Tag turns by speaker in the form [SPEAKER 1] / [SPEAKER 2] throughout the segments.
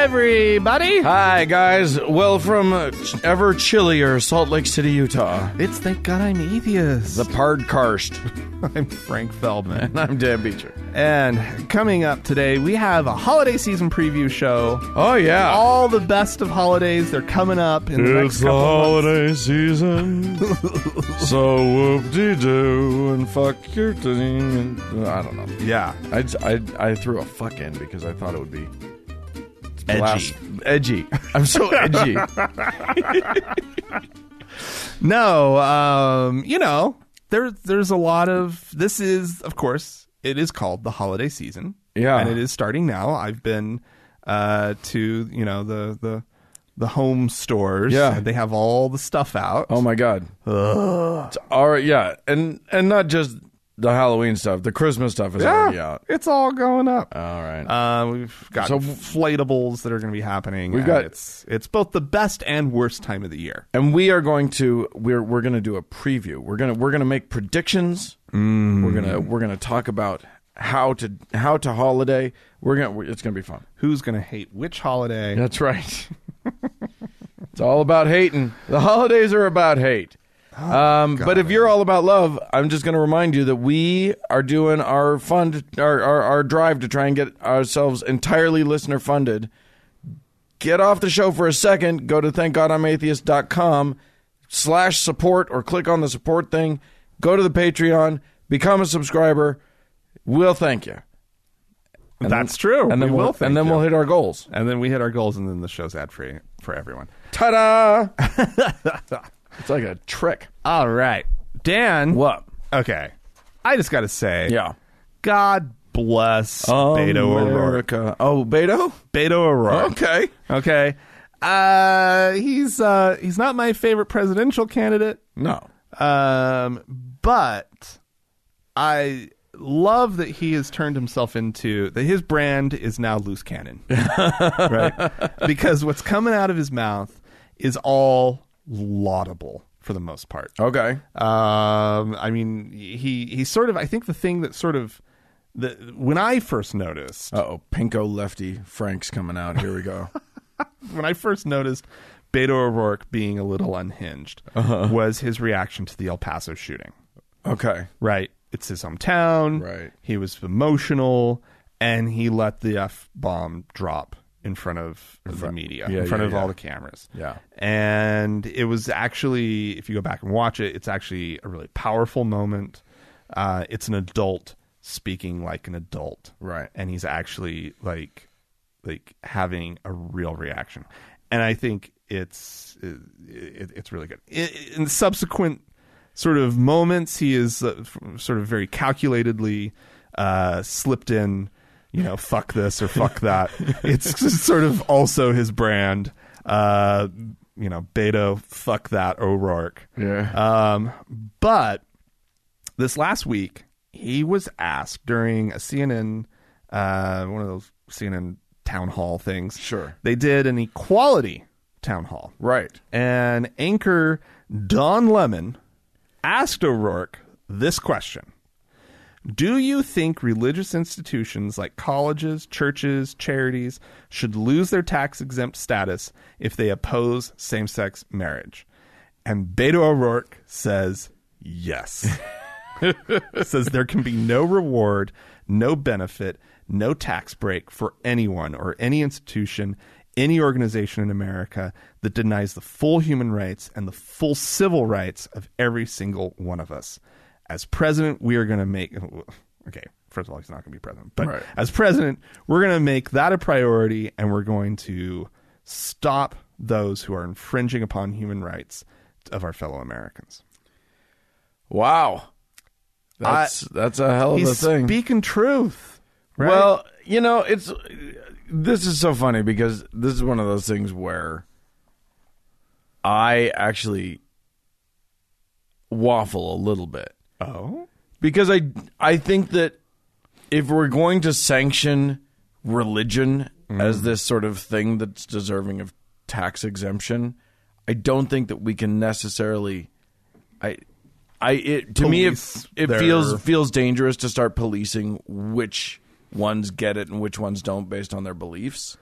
[SPEAKER 1] everybody.
[SPEAKER 2] Hi, guys. Well, from uh, ch- ever chillier Salt Lake City, Utah,
[SPEAKER 1] It's Thank God I'm Atheist.
[SPEAKER 2] the Pardkarst.
[SPEAKER 1] I'm Frank Feldman.
[SPEAKER 2] And I'm Dan Beecher.
[SPEAKER 1] and coming up today, we have a holiday season preview show.
[SPEAKER 2] Oh, yeah.
[SPEAKER 1] All the best of holidays, they're coming up in the next couple of months.
[SPEAKER 2] season. so whoop de doo and fuck your thing. and- I don't know.
[SPEAKER 1] Yeah.
[SPEAKER 2] I, j- I- I threw a fuck in because I thought it would be
[SPEAKER 1] Edgy.
[SPEAKER 2] blas- edgy. I'm so edgy.
[SPEAKER 1] No, um, you know, there, there's a lot of. This is, of course, it is called the holiday season.
[SPEAKER 2] Yeah.
[SPEAKER 1] And it is starting now. I've been uh, to, you know, the, the, the home stores.
[SPEAKER 2] Yeah.
[SPEAKER 1] And they have all the stuff out.
[SPEAKER 2] Oh my god. It's alright, yeah, and and not just the Halloween stuff. The Christmas stuff is already out.
[SPEAKER 1] Ah, It's all going up.
[SPEAKER 2] All right.
[SPEAKER 1] Uh, we've got
[SPEAKER 2] So-
[SPEAKER 1] inflatables that are going to be happening.
[SPEAKER 2] We've
[SPEAKER 1] and
[SPEAKER 2] got-
[SPEAKER 1] it's it's both the best and worst time of the year.
[SPEAKER 2] and we are going to we're we're going to do a preview. We're going to we're going to make predictions. We're going to we're going to talk about how to how to holiday. We're going to it's going to be fun.
[SPEAKER 1] Who's going to hate which holiday?
[SPEAKER 2] That's right. it's all about hating. The holidays are about hate.
[SPEAKER 1] Oh,
[SPEAKER 2] um, but if you're all about love, I'm just going to remind you that we are doing our fund, our, our our drive to try and get ourselves entirely listener funded. Get off the show for a second. Go to thankgodimatheist.com slash support or click on the support thing. Go to the Patreon. Become a subscriber. We'll thank you. And
[SPEAKER 1] That's true.
[SPEAKER 2] And then
[SPEAKER 1] We will
[SPEAKER 2] we'll,
[SPEAKER 1] thank
[SPEAKER 2] and then
[SPEAKER 1] you.
[SPEAKER 2] we'll hit our goals.
[SPEAKER 1] And then we hit our goals, and then the show's ad free for everyone.
[SPEAKER 2] Ta-da! it's like a trick.
[SPEAKER 1] All right, Dan.
[SPEAKER 2] What?
[SPEAKER 1] Okay, I just got to say,
[SPEAKER 2] Yeah.
[SPEAKER 1] God bless Beto O'Rourke.
[SPEAKER 2] America. Oh, Beto?
[SPEAKER 1] Beto O'Rourke.
[SPEAKER 2] Okay.
[SPEAKER 1] Okay. Uh, he's uh, he's not my favorite presidential candidate.
[SPEAKER 2] No.
[SPEAKER 1] Um, but I love that he has turned himself into that his brand is now loose cannon. right? Because what's coming out of his mouth is all laudable for the most part.
[SPEAKER 2] Okay.
[SPEAKER 1] Um, I mean, he he sort of I think the thing that sort of the when I first noticed
[SPEAKER 2] Uh-oh. Pinko lefty Frank's coming out. Here we go.
[SPEAKER 1] when I first noticed Beto O'Rourke being a little unhinged was his reaction to the El Paso shooting.
[SPEAKER 2] Okay.
[SPEAKER 1] Right. It's his hometown.
[SPEAKER 2] Right.
[SPEAKER 1] He was emotional and he let the F bomb drop in front of the media,
[SPEAKER 2] yeah,
[SPEAKER 1] in front
[SPEAKER 2] yeah,
[SPEAKER 1] of
[SPEAKER 2] yeah.
[SPEAKER 1] all the cameras.
[SPEAKER 2] Yeah.
[SPEAKER 1] And it was actually, if you go back and watch it, it's actually a really powerful moment. Uh, it's an adult speaking like an adult.
[SPEAKER 2] Right.
[SPEAKER 1] And he's actually like, like having a real reaction. And I think it's, it, it, it's really good. I in subsequent sort of moments, he is uh, f- sort of very calculatedly uh, slipped in, you know, fuck this or fuck that. it's just sort of also his brand. Uh, you know, Beto, fuck that, O'Rourke.
[SPEAKER 2] Yeah.
[SPEAKER 1] Um, but this last week, he was asked during a CNN, uh, one of those CNN town hall things.
[SPEAKER 2] Sure.
[SPEAKER 1] They did an equality town hall.
[SPEAKER 2] right.
[SPEAKER 1] And anchor Don Lemon asked O'Rourke this question Do you think religious institutions like colleges, churches, charities should lose their tax exempt status if they oppose same sex marriage? And Beto O'Rourke says yes. says there can be no reward, no benefit, no tax break for anyone or any institution, any organization in America that denies the full human rights and the full civil rights of every single one of us. As president, we are going to make. Okay, first of all, he's not going to be president, but
[SPEAKER 2] Right.
[SPEAKER 1] as president, we're going to make that a priority and we're going to stop those who are infringing upon human rights of our fellow Americans.
[SPEAKER 2] Wow. That's that's a hell of a
[SPEAKER 1] He's
[SPEAKER 2] thing.
[SPEAKER 1] speaking truth. right?
[SPEAKER 2] Well, you know, it's this is so funny because this is one of those things where I actually waffle a little bit.
[SPEAKER 1] Oh,
[SPEAKER 2] because I I think that if we're going to sanction religion
[SPEAKER 1] Mm-hmm.
[SPEAKER 2] as this sort of thing that's deserving of tax exemption, I don't think that we can necessarily I I it to me it,
[SPEAKER 1] Police
[SPEAKER 2] it
[SPEAKER 1] their-
[SPEAKER 2] feels feels dangerous to start policing which ones get it and which ones don't based on their beliefs.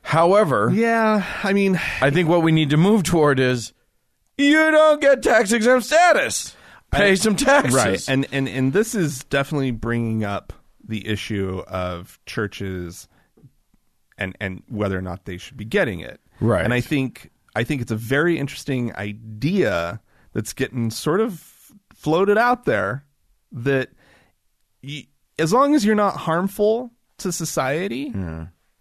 [SPEAKER 2] However,
[SPEAKER 1] Yeah, I mean,
[SPEAKER 2] I think what we need to move toward is you don't get tax exempt status. Pay some taxes.
[SPEAKER 1] right. And and and this is definitely bringing up the issue of churches and and whether or not they should be getting it.
[SPEAKER 2] Right.
[SPEAKER 1] And I think I think it's a very interesting idea that's getting sort of floated out there that y as long as you're not harmful to society,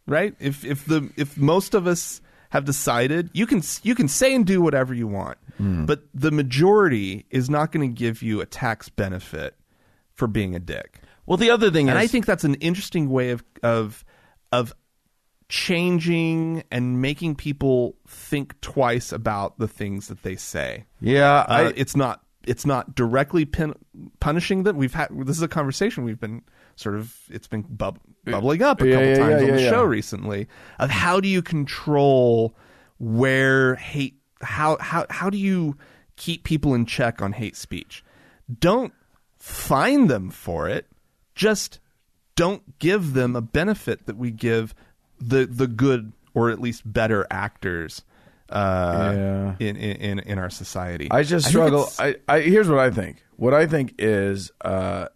[SPEAKER 1] right? If if the if most of us have decided you can you can say and do whatever you want,
[SPEAKER 2] Hmm.
[SPEAKER 1] but the majority is not going to give you a tax benefit for being a dick.
[SPEAKER 2] well, the other thing
[SPEAKER 1] And
[SPEAKER 2] is
[SPEAKER 1] I think that's an interesting way of of of changing and making people think twice about the things that they say.
[SPEAKER 2] yeah,
[SPEAKER 1] Uh,
[SPEAKER 2] I,
[SPEAKER 1] it's not it's not directly pin- punishing them. We've had this is a conversation we've been sort of it's been bub- bubbling up a
[SPEAKER 2] Yeah,
[SPEAKER 1] couple
[SPEAKER 2] yeah,
[SPEAKER 1] times
[SPEAKER 2] yeah,
[SPEAKER 1] on the
[SPEAKER 2] yeah,
[SPEAKER 1] show
[SPEAKER 2] yeah.
[SPEAKER 1] recently of how do you control where hate how how how do you keep people in check on hate speech? Don't fine them for it. Just don't give them a benefit that we give the the good or at least better actors uh,
[SPEAKER 2] Yeah.
[SPEAKER 1] in, in in in our society.
[SPEAKER 2] I just
[SPEAKER 1] think
[SPEAKER 2] struggle.
[SPEAKER 1] it's-
[SPEAKER 2] I, I here's what I think. What I think is uh,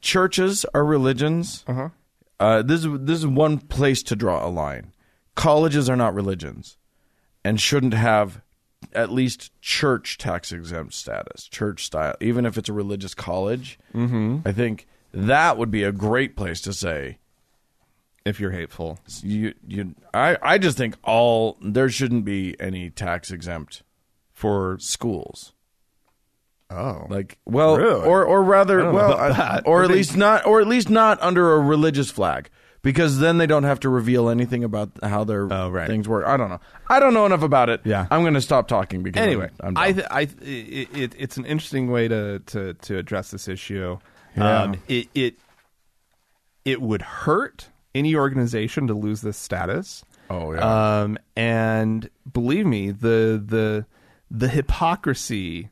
[SPEAKER 2] churches are religions. Uh-huh. this is this is one place to draw a line. Colleges are not religions, and shouldn't have at least church tax exempt status, church style, even if it's a religious college. Mm-hmm. I think that would be a great place to say
[SPEAKER 1] if you're hateful.
[SPEAKER 2] you you. I I just think all there shouldn't be any tax exempt
[SPEAKER 1] For
[SPEAKER 2] schools.
[SPEAKER 1] oh,
[SPEAKER 2] Like well,
[SPEAKER 1] Really?
[SPEAKER 2] or or rather,
[SPEAKER 1] don't know
[SPEAKER 2] well,
[SPEAKER 1] about
[SPEAKER 2] I-
[SPEAKER 1] that.
[SPEAKER 2] or
[SPEAKER 1] I
[SPEAKER 2] at
[SPEAKER 1] think-
[SPEAKER 2] least not, or at least not under a religious flag, because then they don't have to reveal anything about how their
[SPEAKER 1] Oh, right.
[SPEAKER 2] things work. I don't know. I don't know enough about it.
[SPEAKER 1] Yeah.
[SPEAKER 2] I'm going to stop talking because
[SPEAKER 1] anyway,
[SPEAKER 2] I'm,
[SPEAKER 1] I
[SPEAKER 2] I'm done.
[SPEAKER 1] th- I th- it, it, it's an interesting way to to to address this issue.
[SPEAKER 2] Yeah.
[SPEAKER 1] Um, it it it would hurt any organization to lose this status.
[SPEAKER 2] oh yeah,
[SPEAKER 1] Um, and believe me, the the the hypocrisy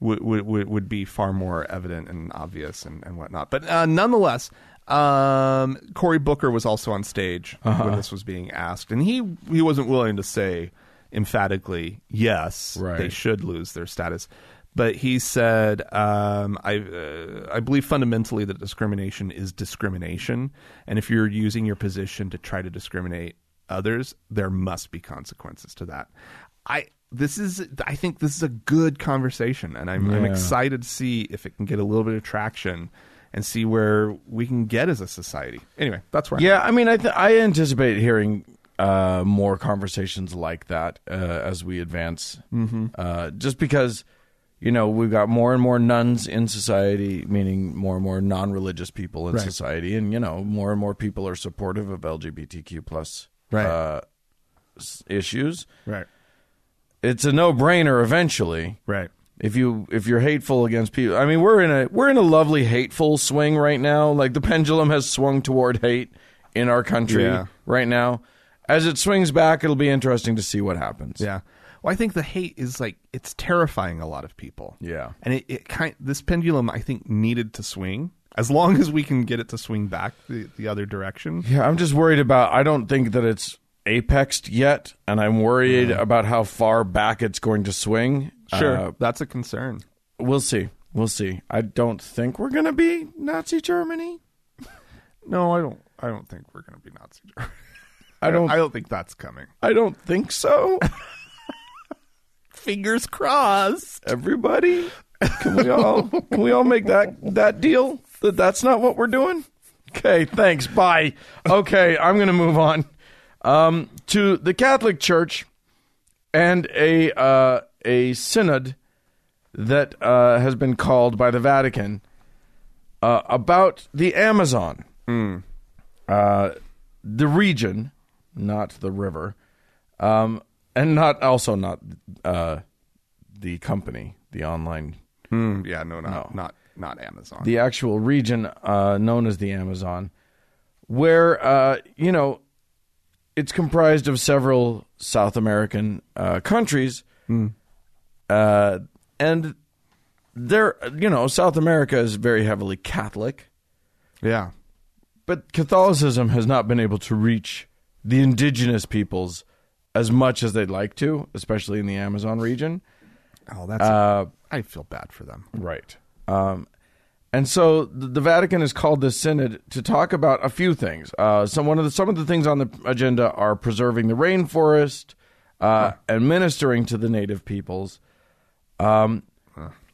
[SPEAKER 1] would would would would be far more evident and obvious and, and whatnot. But uh, nonetheless, um, Cory Booker was also on stage when this was being asked, and he he wasn't willing to say emphatically yes
[SPEAKER 2] Right.
[SPEAKER 1] they should lose their status. But he said, um, I, uh, I believe fundamentally that discrimination is discrimination. And if you're using your position to try to discriminate others, there must be consequences to that. I, this is, I think this is a good conversation. And I'm, I'm
[SPEAKER 2] Yeah.
[SPEAKER 1] excited to see if it can get a little bit of traction and see where we can get as a society. Anyway, that's where I'm
[SPEAKER 2] yeah. I mean, I th- I anticipate hearing uh, more conversations like that uh, as we advance, mm-hmm. uh, just because. You know, we've got more and more nuns in society, meaning more and more non-religious people in
[SPEAKER 1] Right.
[SPEAKER 2] society, and you know, more and more people are supportive of LGBTQ plus
[SPEAKER 1] Right.
[SPEAKER 2] uh, s- issues.
[SPEAKER 1] Right.
[SPEAKER 2] It's a no-brainer eventually.
[SPEAKER 1] Right.
[SPEAKER 2] If you if you're hateful against people, I mean, we're in a we're in a lovely hateful swing right now. Like the pendulum has swung toward hate in our country
[SPEAKER 1] Yeah.
[SPEAKER 2] right now. As it swings back, it'll be interesting to see what happens.
[SPEAKER 1] Yeah. Well, I think the hate is like it's terrifying a lot of people.
[SPEAKER 2] Yeah.
[SPEAKER 1] And it, it kind this pendulum I think needed to swing. As long as we can get it to swing back the, the other direction.
[SPEAKER 2] Yeah, I'm just worried about. I don't think that it's apexed yet, and I'm worried about how far back it's going to swing. Uh,
[SPEAKER 1] that's a concern.
[SPEAKER 2] we'll see. We'll see. I don't think we're going to be Nazi Germany.
[SPEAKER 1] No, I don't I don't think we're gonna be Nazi Germany.
[SPEAKER 2] I don't.
[SPEAKER 1] I
[SPEAKER 2] I,
[SPEAKER 1] don't think that's coming.
[SPEAKER 2] don't think so.
[SPEAKER 1] Fingers crossed.
[SPEAKER 2] Everybody, can we all can we all make that that deal that that's not what we're doing? Okay, thanks. Bye. Okay, I'm going to move on um, to the Catholic Church and a uh, a synod that uh, has been called by the Vatican uh, about the Amazon, uh, the region, not the river, um, and not also not uh, the company, the online,
[SPEAKER 1] Hmm, yeah, no, not not not Amazon.
[SPEAKER 2] the actual region uh, known as the Amazon, where uh, you know it's comprised of several South American uh, countries, uh, and there, you know, South America is very heavily Catholic
[SPEAKER 1] yeah.
[SPEAKER 2] but Catholicism has not been able to reach the indigenous peoples as much as they'd like to, especially in the Amazon region.
[SPEAKER 1] Oh, that's. Uh, I feel bad for them.
[SPEAKER 2] Right. Um, and so the, the Vatican has called this synod to talk about a few things. Uh, some one of the some of the things on the agenda are preserving the rainforest uh, and ministering to the native peoples. Um,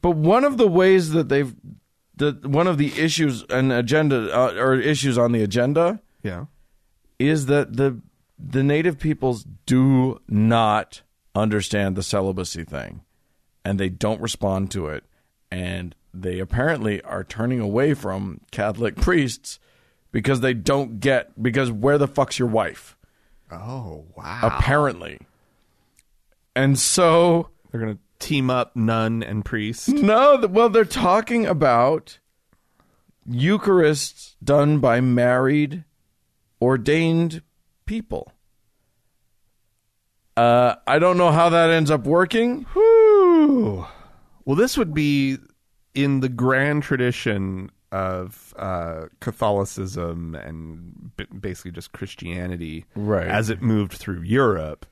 [SPEAKER 2] But one of the ways that they've that one of the issues and agenda uh, or issues on the agenda
[SPEAKER 1] Yeah.
[SPEAKER 2] is that the the native peoples do not understand the celibacy thing and they don't respond to it and they apparently are turning away from catholic priests because they don't get because where the fuck's your wife
[SPEAKER 1] Oh wow.
[SPEAKER 2] apparently and so
[SPEAKER 1] They're gonna team up nun and priest.
[SPEAKER 2] no th- well they're talking about eucharists done by married ordained people uh, i don't know how that ends up working
[SPEAKER 1] Whew. Well, this would be in the grand tradition of uh, Catholicism and b- basically just Christianity
[SPEAKER 2] Right.
[SPEAKER 1] as it moved through Europe,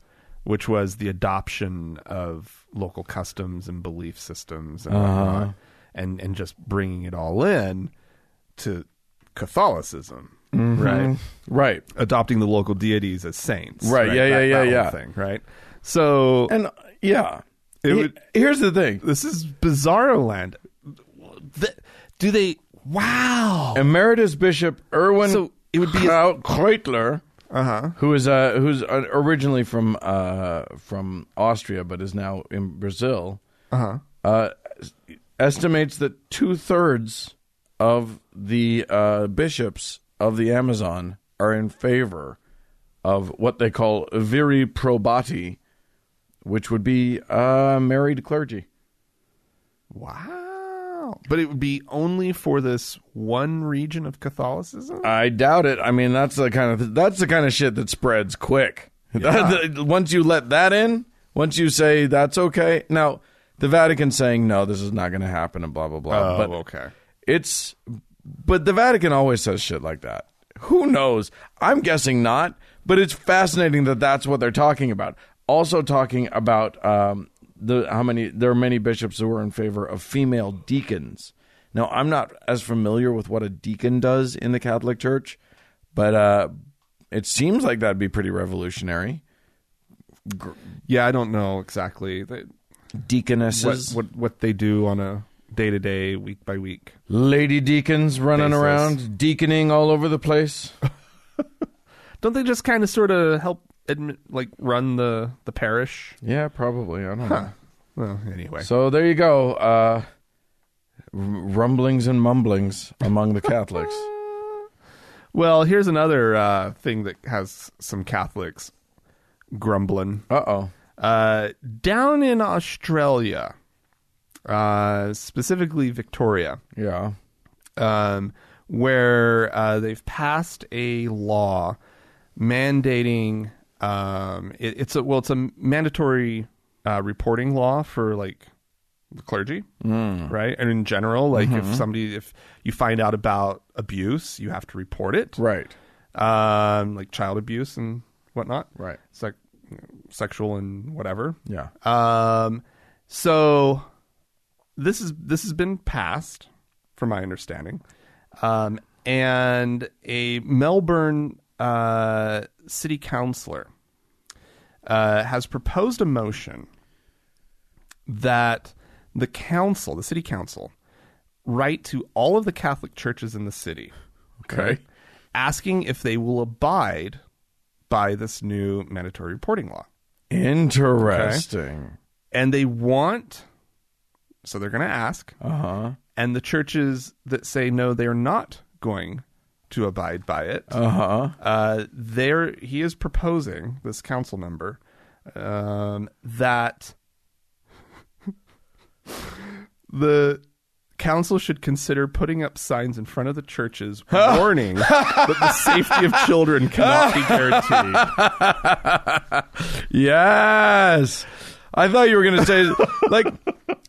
[SPEAKER 1] which was the adoption of local customs and belief systems and
[SPEAKER 2] Uh-huh.
[SPEAKER 1] whatnot, and, and just bringing it all in to Catholicism,
[SPEAKER 2] Mm-hmm.
[SPEAKER 1] Hmm. right?
[SPEAKER 2] right
[SPEAKER 1] Adopting the local deities as saints.
[SPEAKER 2] Right, yeah, yeah,
[SPEAKER 1] That-
[SPEAKER 2] yeah,
[SPEAKER 1] that whole
[SPEAKER 2] yeah.
[SPEAKER 1] Thing, right? So
[SPEAKER 2] and uh, yeah
[SPEAKER 1] It
[SPEAKER 2] He-
[SPEAKER 1] would-
[SPEAKER 2] here's the thing
[SPEAKER 1] this is bizarro land. Th- do they? Wow.
[SPEAKER 2] emeritus bishop erwin
[SPEAKER 1] So, it would be a-
[SPEAKER 2] Krau- kreutler
[SPEAKER 1] Uh huh.
[SPEAKER 2] who is uh, who's uh, originally from uh, from Austria but is now in Brazil,
[SPEAKER 1] Uh-huh.
[SPEAKER 2] uh, estimates that two thirds of the uh, bishops of the Amazon are in favor of what they call viri probati, which would be uh, married clergy.
[SPEAKER 1] Wow. But it would be only for this one region of Catholicism.
[SPEAKER 2] I doubt it. I mean, that's the kind of that's the kind of shit that spreads quick. once you let that in, once you say that's okay. Now, the Vatican's saying no, this is not going to happen, and blah blah
[SPEAKER 1] Oh,
[SPEAKER 2] blah. but
[SPEAKER 1] okay.
[SPEAKER 2] it's but the Vatican always says shit like that. Who knows? I'm guessing not, but it's fascinating that that's what they're talking about. Also talking about um, the how many there are many bishops who are in favor of female deacons. Now I'm not as familiar with what a deacon does in the Catholic Church, but uh, it seems like that'd be pretty revolutionary.
[SPEAKER 1] Yeah, I don't know exactly the, what,
[SPEAKER 2] Deaconesses,
[SPEAKER 1] what what they do on a day to day, week by week.
[SPEAKER 2] lady deacons running
[SPEAKER 1] Basis.
[SPEAKER 2] around deaconing all over the place.
[SPEAKER 1] Don't they just kind of sort of help admit, like run the the parish?
[SPEAKER 2] Yeah, probably. I don't know.
[SPEAKER 1] Well, anyway.
[SPEAKER 2] So there you go. Uh, r- rumblings and mumblings among the Catholics.
[SPEAKER 1] Well, here's another uh, thing that has some Catholics grumbling.
[SPEAKER 2] Uh oh.
[SPEAKER 1] Uh, down in Australia, uh, specifically Victoria,
[SPEAKER 2] Yeah.
[SPEAKER 1] um, where uh, they've passed a law mandating um, it, it's a well, it's a mandatory uh, reporting law for like the clergy,
[SPEAKER 2] Hmm. Mm.
[SPEAKER 1] right? And in general, like
[SPEAKER 2] Mm-hmm.
[SPEAKER 1] if somebody if you find out about abuse, you have to report it,
[SPEAKER 2] Right.
[SPEAKER 1] um, like child abuse and whatnot,
[SPEAKER 2] Right.
[SPEAKER 1] Sec- sexual and whatever.
[SPEAKER 2] Yeah.
[SPEAKER 1] Um, so this is this has been passed, from my understanding, um, and a Melbourne uh, city councillor uh, has proposed a motion that the council, the city council, write to all of the Catholic churches in the city
[SPEAKER 2] Okay.
[SPEAKER 1] asking if they will abide by this new mandatory reporting law.
[SPEAKER 2] Interesting.
[SPEAKER 1] And they want, so they're going to ask,
[SPEAKER 2] Uh huh.
[SPEAKER 1] and the churches that say no, they're not going to abide by it.
[SPEAKER 2] Uh huh.
[SPEAKER 1] Uh, there, he is proposing this council member um, that the council should consider putting up signs in front of the churches warning that the safety of children cannot be guaranteed.
[SPEAKER 2] Yes. I thought you were going to say like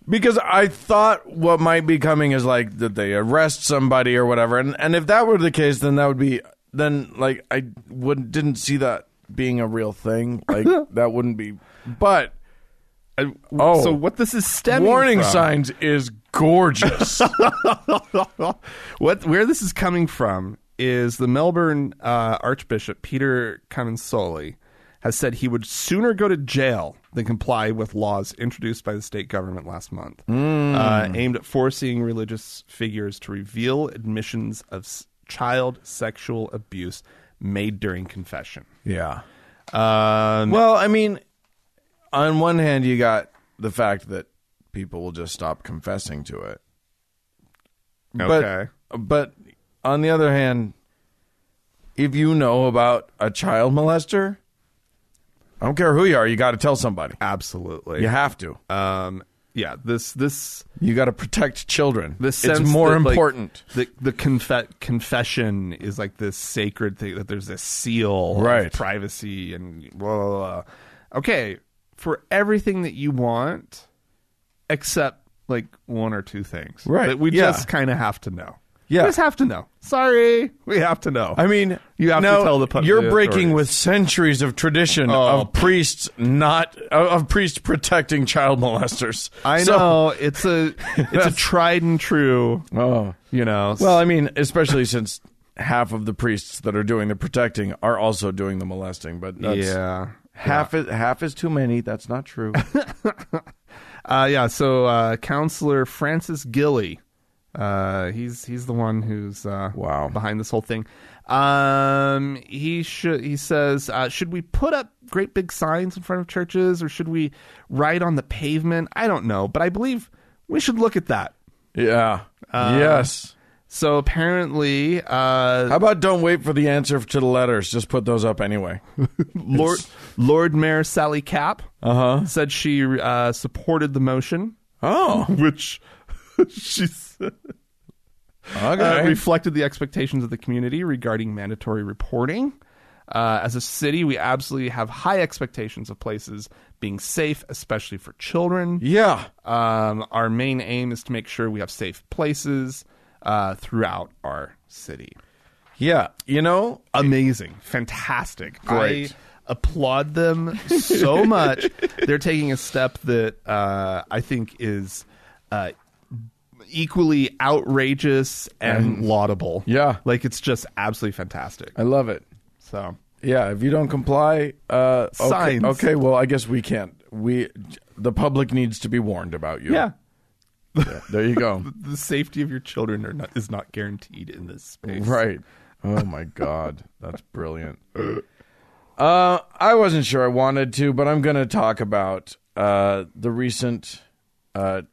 [SPEAKER 2] because I thought what might be coming is like that they arrest somebody or whatever. And and if that were the case then that would be then like I would didn't see that being a real thing. Like that wouldn't be. But
[SPEAKER 1] I-
[SPEAKER 2] Oh.
[SPEAKER 1] so what this is stemming
[SPEAKER 2] warning
[SPEAKER 1] from-
[SPEAKER 2] signs is gorgeous.
[SPEAKER 1] what where this is coming from is the Melbourne uh, Archbishop Peter Comensoli has said he would sooner go to jail than comply with laws introduced by the state government last month, uh, aimed at forcing religious figures to reveal admissions of s- child sexual abuse made during confession.
[SPEAKER 2] yeah.
[SPEAKER 1] Um,
[SPEAKER 2] Well, I mean, on one hand, you got the fact that people will just stop confessing to it.
[SPEAKER 1] Okay.
[SPEAKER 2] But, but on the other hand, if you know about a child molester, I don't care who you are, you got to tell somebody.
[SPEAKER 1] absolutely.
[SPEAKER 2] You have to.
[SPEAKER 1] Um, yeah. This this
[SPEAKER 2] You got to protect children.
[SPEAKER 1] the sense
[SPEAKER 2] it's more
[SPEAKER 1] that, like,
[SPEAKER 2] important.
[SPEAKER 1] the the confe- confession is like this sacred thing that there's this seal
[SPEAKER 2] Right.
[SPEAKER 1] of privacy and blah, blah blah. Okay, for everything that you want, except like one or two things,
[SPEAKER 2] Right,
[SPEAKER 1] That we
[SPEAKER 2] yeah.
[SPEAKER 1] just kind of have to know.
[SPEAKER 2] Yeah.
[SPEAKER 1] we just have to know. Sorry, we have to know.
[SPEAKER 2] I mean,
[SPEAKER 1] You have to
[SPEAKER 2] no,
[SPEAKER 1] tell the pu-
[SPEAKER 2] You're
[SPEAKER 1] the
[SPEAKER 2] breaking
[SPEAKER 1] authorities.
[SPEAKER 2] with centuries of tradition
[SPEAKER 1] Oh.
[SPEAKER 2] of priests not of of priests protecting child molesters.
[SPEAKER 1] I
[SPEAKER 2] So-
[SPEAKER 1] know it's a it's a tried and true.
[SPEAKER 2] oh.
[SPEAKER 1] You know,
[SPEAKER 2] Well, I mean, especially since half of the priests that are doing the protecting are also doing the molesting, but that's
[SPEAKER 1] yeah.
[SPEAKER 2] half is half is too many. That's not true.
[SPEAKER 1] Uh, yeah. So uh, counselor Francis Gilly, uh, he's he's the one who's uh,
[SPEAKER 2] Wow.
[SPEAKER 1] behind this whole thing. Um, he should he says uh, should we put up great big signs in front of churches or should we write on the pavement? I don't know, but I believe we should look at that.
[SPEAKER 2] yeah.
[SPEAKER 1] Uh.
[SPEAKER 2] yes.
[SPEAKER 1] So apparently, uh,
[SPEAKER 2] How about don't wait for the answer to the letters? Just put those up anyway.
[SPEAKER 1] Lord Lord Mayor Sally Capp
[SPEAKER 2] Uh huh.
[SPEAKER 1] said she uh, supported the motion,
[SPEAKER 2] Oh.
[SPEAKER 1] which she said. uh,
[SPEAKER 2] Okay.
[SPEAKER 1] reflected the expectations of the community regarding mandatory reporting. Uh, as a city, we absolutely have high expectations of places being safe, especially for children.
[SPEAKER 2] yeah.
[SPEAKER 1] Um, our main aim is to make sure we have safe places uh, throughout our city.
[SPEAKER 2] Yeah. You know,
[SPEAKER 1] Amazing, fantastic.
[SPEAKER 2] Great.
[SPEAKER 1] I applaud them so much. They're taking a step that uh, I think is uh, equally outrageous and laudable.
[SPEAKER 2] Yeah.
[SPEAKER 1] like it's just absolutely fantastic.
[SPEAKER 2] I love it.
[SPEAKER 1] So
[SPEAKER 2] Yeah, if you don't comply, uh, okay,
[SPEAKER 1] Signs.
[SPEAKER 2] Okay, well, I guess we can't. We the public needs to be warned about you.
[SPEAKER 1] yeah,
[SPEAKER 2] Yeah, there you go.
[SPEAKER 1] the safety of your children are not, is not guaranteed in this space.
[SPEAKER 2] right. Oh my god, that's brilliant. Uh, I wasn't sure I wanted to, but I'm going to talk about uh, the recent uh,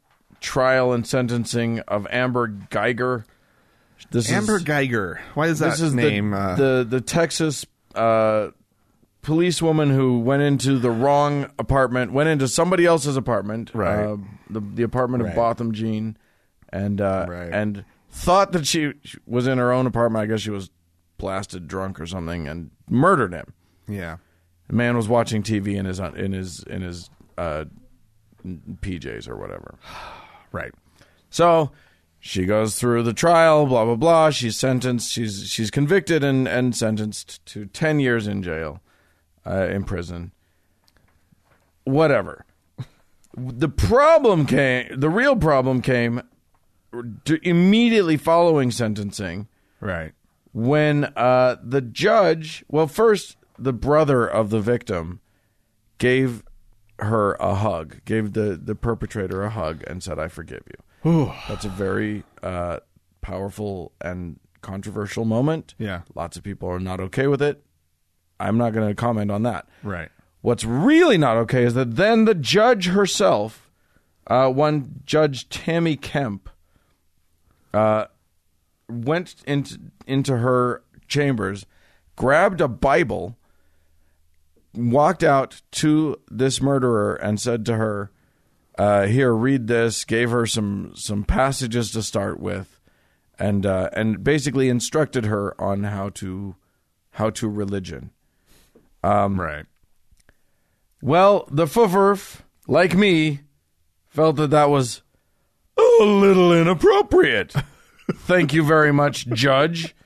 [SPEAKER 2] trial and sentencing of Amber Geiger. This
[SPEAKER 1] Amber
[SPEAKER 2] is,
[SPEAKER 1] Geiger. Why is that
[SPEAKER 2] this is
[SPEAKER 1] name?
[SPEAKER 2] the,
[SPEAKER 1] uh,
[SPEAKER 2] the the Texas uh, policewoman who went into the wrong apartment, went into somebody else's apartment,
[SPEAKER 1] Right.
[SPEAKER 2] Uh, the the apartment
[SPEAKER 1] Right.
[SPEAKER 2] of Botham Jean, and uh,
[SPEAKER 1] Right.
[SPEAKER 2] and thought that she she was in her own apartment. I guess she was blasted drunk or something and murdered him.
[SPEAKER 1] yeah,
[SPEAKER 2] The man was watching TV in his in his in his uh, PJs or whatever.
[SPEAKER 1] right.
[SPEAKER 2] So she goes through the trial, blah blah blah. She's sentenced. She's she's convicted and and sentenced to ten years in jail, uh, in prison. Whatever. The problem came. The real problem came d immediately following sentencing
[SPEAKER 1] Right.
[SPEAKER 2] when uh, the judge, well, first the brother of the victim gave her a hug, gave the the perpetrator a hug, and said, "I forgive you." That's a very uh, powerful and controversial moment.
[SPEAKER 1] Yeah.
[SPEAKER 2] lots of people are not okay with it. I'm not going to comment on that.
[SPEAKER 1] Right.
[SPEAKER 2] What's really not okay is that then the judge herself, uh, one Judge Tammy Kemp, uh, went into into her chambers, grabbed a Bible, walked out to this murderer, and said to her, uh, "Here, read this." Gave her some some passages to start with, and uh, and basically instructed her on how to how to religion. Um,
[SPEAKER 1] right.
[SPEAKER 2] Well, the fooferf, like me, felt that that was a little inappropriate. Thank you very much, Judge.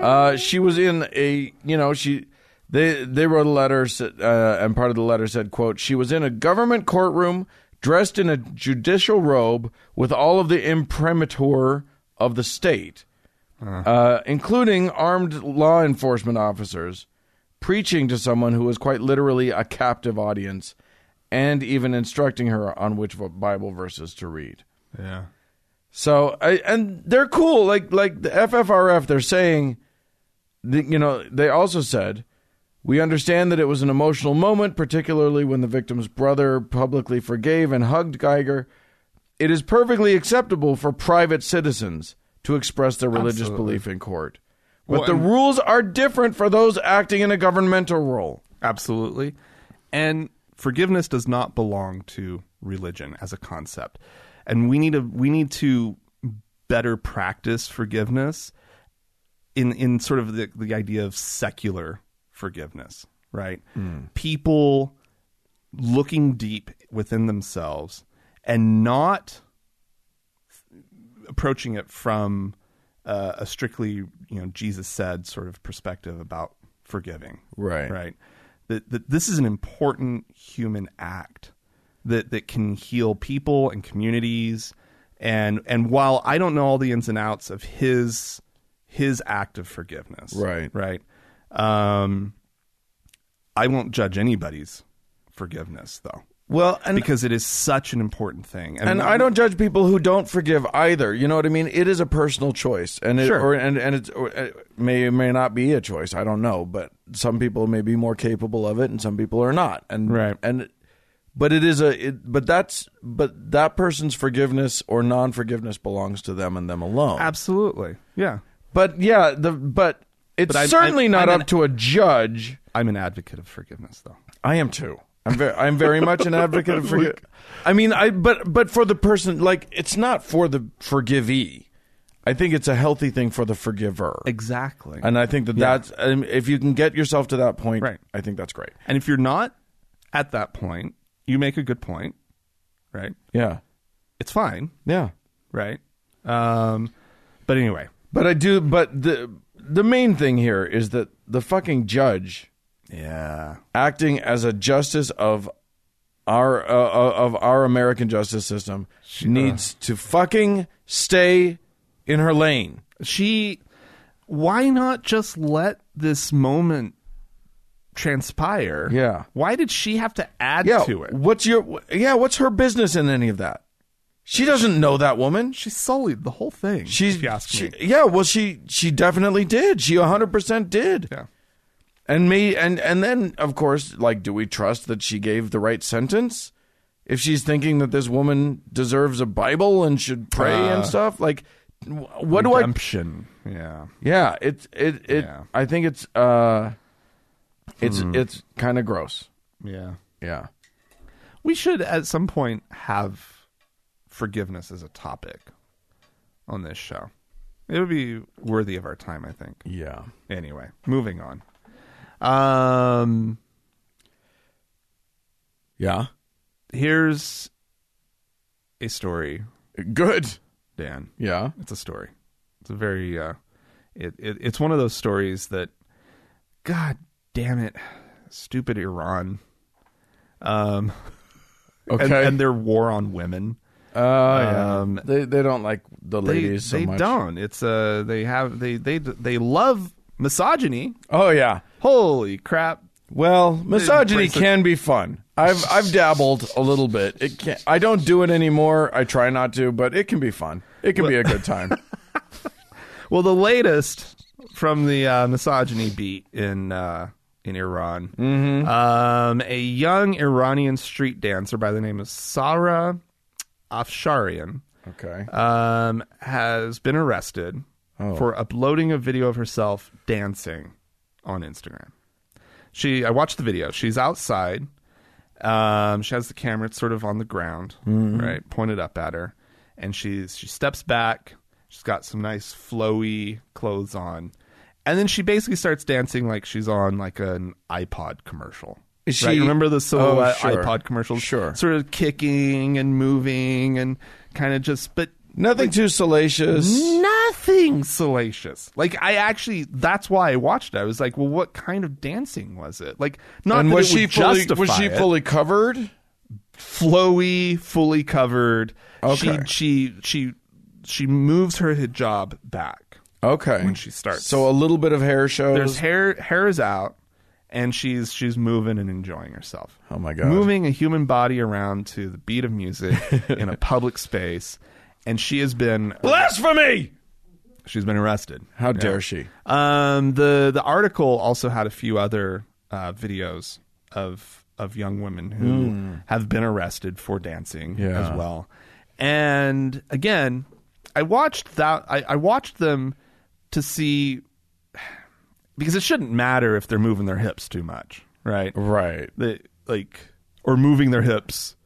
[SPEAKER 2] Uh, she was in a, you know, she They they wrote a letter, sa- uh, and part of the letter said, "quote She was in a government courtroom, dressed in a judicial robe, with all of the imprimatur of the state, uh, including armed law enforcement officers, preaching to someone who was quite literally a captive audience, and even instructing her on which Bible verses to read."
[SPEAKER 1] Yeah.
[SPEAKER 2] So I, and they're cool. Like like the FFRF, they're saying, the, you know, they also said, we understand that it was an emotional moment, particularly when the victim's brother publicly forgave and hugged Geiger. It is perfectly acceptable for private citizens to express their religious belief in court, but
[SPEAKER 1] Well,
[SPEAKER 2] the
[SPEAKER 1] and-
[SPEAKER 2] rules are different for those acting in a governmental role.
[SPEAKER 1] Absolutely. And forgiveness does not belong to religion as a concept. And we need to we need to better practice forgiveness in in sort of the, the idea of secular forgiveness, right? People looking deep within themselves and not approaching it from uh, a strictly, you know, Jesus said sort of perspective about forgiving.
[SPEAKER 2] Right.
[SPEAKER 1] Right. That, that this is an important human act that, that can heal people and communities. And, and while I don't know all the ins and outs of his, his act of forgiveness.
[SPEAKER 2] Right.
[SPEAKER 1] Right. Um, I won't judge anybody's forgiveness though,
[SPEAKER 2] Well, and
[SPEAKER 1] because it is such an important thing.
[SPEAKER 2] and I don't judge people who don't forgive either. You know what I mean? It is a personal choice, and it,
[SPEAKER 1] Sure.
[SPEAKER 2] or, and and it's, or, it may or may not be a choice. I don't know, but some people may be more capable of it, and some people are not. And
[SPEAKER 1] Right.
[SPEAKER 2] and but it is a it, but that's but that person's forgiveness or non forgiveness belongs to them and them alone.
[SPEAKER 1] absolutely. Yeah.
[SPEAKER 2] but yeah, the but it's
[SPEAKER 1] But I'm-
[SPEAKER 2] certainly
[SPEAKER 1] I'm-
[SPEAKER 2] not
[SPEAKER 1] I'm
[SPEAKER 2] up to a judge.
[SPEAKER 1] I'm an advocate of forgiveness though.
[SPEAKER 2] I am too. I'm very, I'm very much an advocate of forgive. I mean, I but but for the person, like it's not for the forgivee. I think it's a healthy thing for the forgiver,
[SPEAKER 1] Exactly.
[SPEAKER 2] and I think that that's um, if you can get yourself to that point,
[SPEAKER 1] Right.
[SPEAKER 2] I think that's great.
[SPEAKER 1] And if you're not at that point, you make a good point, right?
[SPEAKER 2] Yeah,
[SPEAKER 1] It's fine,
[SPEAKER 2] yeah.
[SPEAKER 1] right? Um, but anyway,
[SPEAKER 2] But I do. But the the main thing here is that the fucking judge
[SPEAKER 1] yeah,
[SPEAKER 2] acting as a justice of our uh, uh, of our American justice system needs to fucking stay in her lane.
[SPEAKER 1] she. Why not just let this moment transpire?
[SPEAKER 2] Yeah.
[SPEAKER 1] Why did she have to add to it?
[SPEAKER 2] What's your wh- yeah? What's her business in any of that? She doesn't know that woman.
[SPEAKER 1] She sullied the whole thing.
[SPEAKER 2] She's
[SPEAKER 1] if you ask
[SPEAKER 2] she-
[SPEAKER 1] me.
[SPEAKER 2] yeah. Well, she she definitely did. She hundred percent did.
[SPEAKER 1] Yeah.
[SPEAKER 2] And me and and then of course, like, do we trust that she gave the right sentence? If she's thinking that this woman deserves a Bible and should pray
[SPEAKER 1] Uh,
[SPEAKER 2] and stuff, like, wh- what do I?
[SPEAKER 1] Redemption. Yeah.
[SPEAKER 2] Yeah, it's it it.
[SPEAKER 1] Yeah. Hmm.
[SPEAKER 2] I think it's uh, it's it's kind of gross.
[SPEAKER 1] Yeah.
[SPEAKER 2] Yeah.
[SPEAKER 1] We should at some point have forgiveness as a topic on this show. It would be worthy of our time, I think.
[SPEAKER 2] Yeah.
[SPEAKER 1] Anyway, moving on. Um
[SPEAKER 2] Yeah.
[SPEAKER 1] here's a story,
[SPEAKER 2] Good.
[SPEAKER 1] Dan.
[SPEAKER 2] Yeah.
[SPEAKER 1] It's a story. It's a very uh it, it it's one of those stories that god damn it, stupid Iran. Um
[SPEAKER 2] Okay.
[SPEAKER 1] and, and their war on women.
[SPEAKER 2] Oh yeah.
[SPEAKER 1] Um,
[SPEAKER 2] they they don't like the
[SPEAKER 1] they,
[SPEAKER 2] ladies so
[SPEAKER 1] they
[SPEAKER 2] much.
[SPEAKER 1] don't it's uh they have they they they love misogyny
[SPEAKER 2] Oh yeah.
[SPEAKER 1] holy crap
[SPEAKER 2] Well, misogyny
[SPEAKER 1] embrace it.
[SPEAKER 2] can be fun. I've I've dabbled a little bit. It can I don't do it anymore. I try not to, but it can be fun. It can be a good time.
[SPEAKER 1] well the latest from the uh, misogyny beat in uh in Iran, um, a young Iranian street dancer by the name of Sara Afsharian
[SPEAKER 2] okay.
[SPEAKER 1] um, has been arrested
[SPEAKER 2] Oh.
[SPEAKER 1] for uploading a video of herself dancing on Instagram. She, I watched the video. She's outside. Um, she has the camera it's sort of on the ground,
[SPEAKER 2] Mm-hmm.
[SPEAKER 1] right, pointed up at her, and she's she steps back. She's got some nice flowy clothes on, and then she basically starts dancing like she's on like an iPod commercial.
[SPEAKER 2] Is
[SPEAKER 1] right?
[SPEAKER 2] she- Oh,
[SPEAKER 1] remember the silhouette
[SPEAKER 2] sure.
[SPEAKER 1] iPod commercials?
[SPEAKER 2] Sure.
[SPEAKER 1] sort of kicking and moving and kind of just, but
[SPEAKER 2] Nothing too salacious.
[SPEAKER 1] nothing salacious. Like I actually, that's why I watched it. I was like, well, what kind of dancing was it? Like, not
[SPEAKER 2] and
[SPEAKER 1] that
[SPEAKER 2] was
[SPEAKER 1] it would
[SPEAKER 2] she fully
[SPEAKER 1] justify
[SPEAKER 2] was she
[SPEAKER 1] it.
[SPEAKER 2] fully covered?
[SPEAKER 1] flowy, fully covered.
[SPEAKER 2] Okay.
[SPEAKER 1] She she she she moves her hijab back.
[SPEAKER 2] Okay.
[SPEAKER 1] When she starts.
[SPEAKER 2] So a little bit of hair shows.
[SPEAKER 1] There's hair hair is out and she's she's moving and enjoying herself.
[SPEAKER 2] Oh my God.
[SPEAKER 1] Moving a human body around to the beat of music in a public space and she has been
[SPEAKER 2] Blasphemy!
[SPEAKER 1] she's been arrested.
[SPEAKER 2] How dare she?
[SPEAKER 1] Um, the the article also had a few other uh, videos of of young women who have been arrested for dancing
[SPEAKER 2] Hmm. Yeah.
[SPEAKER 1] as well. And again, I watched that. I, I watched them to see because it shouldn't matter if they're moving their hips too much, right?
[SPEAKER 2] Right.
[SPEAKER 1] They, like or moving their hips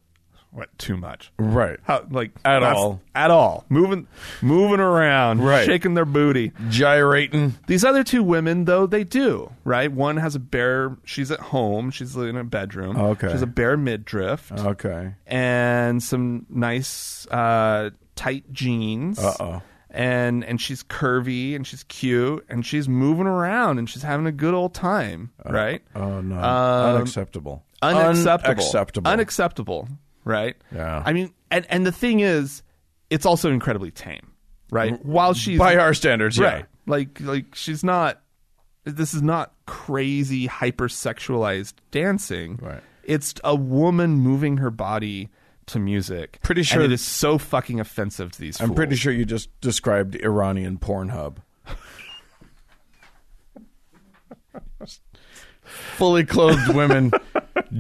[SPEAKER 1] what too much.
[SPEAKER 2] Right.
[SPEAKER 1] How like
[SPEAKER 2] At
[SPEAKER 1] that's-
[SPEAKER 2] all.
[SPEAKER 1] at all moving moving around
[SPEAKER 2] Right.
[SPEAKER 1] shaking their booty
[SPEAKER 2] Gyrating.
[SPEAKER 1] these other two women, though, they do, right? One has a bare, she's at home, she's in a bedroom.
[SPEAKER 2] Okay.
[SPEAKER 1] She has a bare midriff
[SPEAKER 2] Okay.
[SPEAKER 1] and some nice, uh, tight jeans.
[SPEAKER 2] Uh-oh.
[SPEAKER 1] And, and she's curvy and she's cute and she's moving around and she's having a good old time, right?
[SPEAKER 2] Oh no.
[SPEAKER 1] Um,
[SPEAKER 2] unacceptable.
[SPEAKER 1] unacceptable.
[SPEAKER 2] Unacceptable.
[SPEAKER 1] Unacceptable, right?
[SPEAKER 2] Yeah.
[SPEAKER 1] I mean, and, and the thing is, it's also incredibly tame, right? While she's
[SPEAKER 2] By our standards, yeah.
[SPEAKER 1] Right. Like like she's not this is not crazy hypersexualized dancing.
[SPEAKER 2] Right.
[SPEAKER 1] It's a woman moving her body to music.
[SPEAKER 2] Pretty sure-
[SPEAKER 1] and it is so fucking offensive to these
[SPEAKER 2] I'm pretty sure you just described Iranian Pornhub. Fully clothed women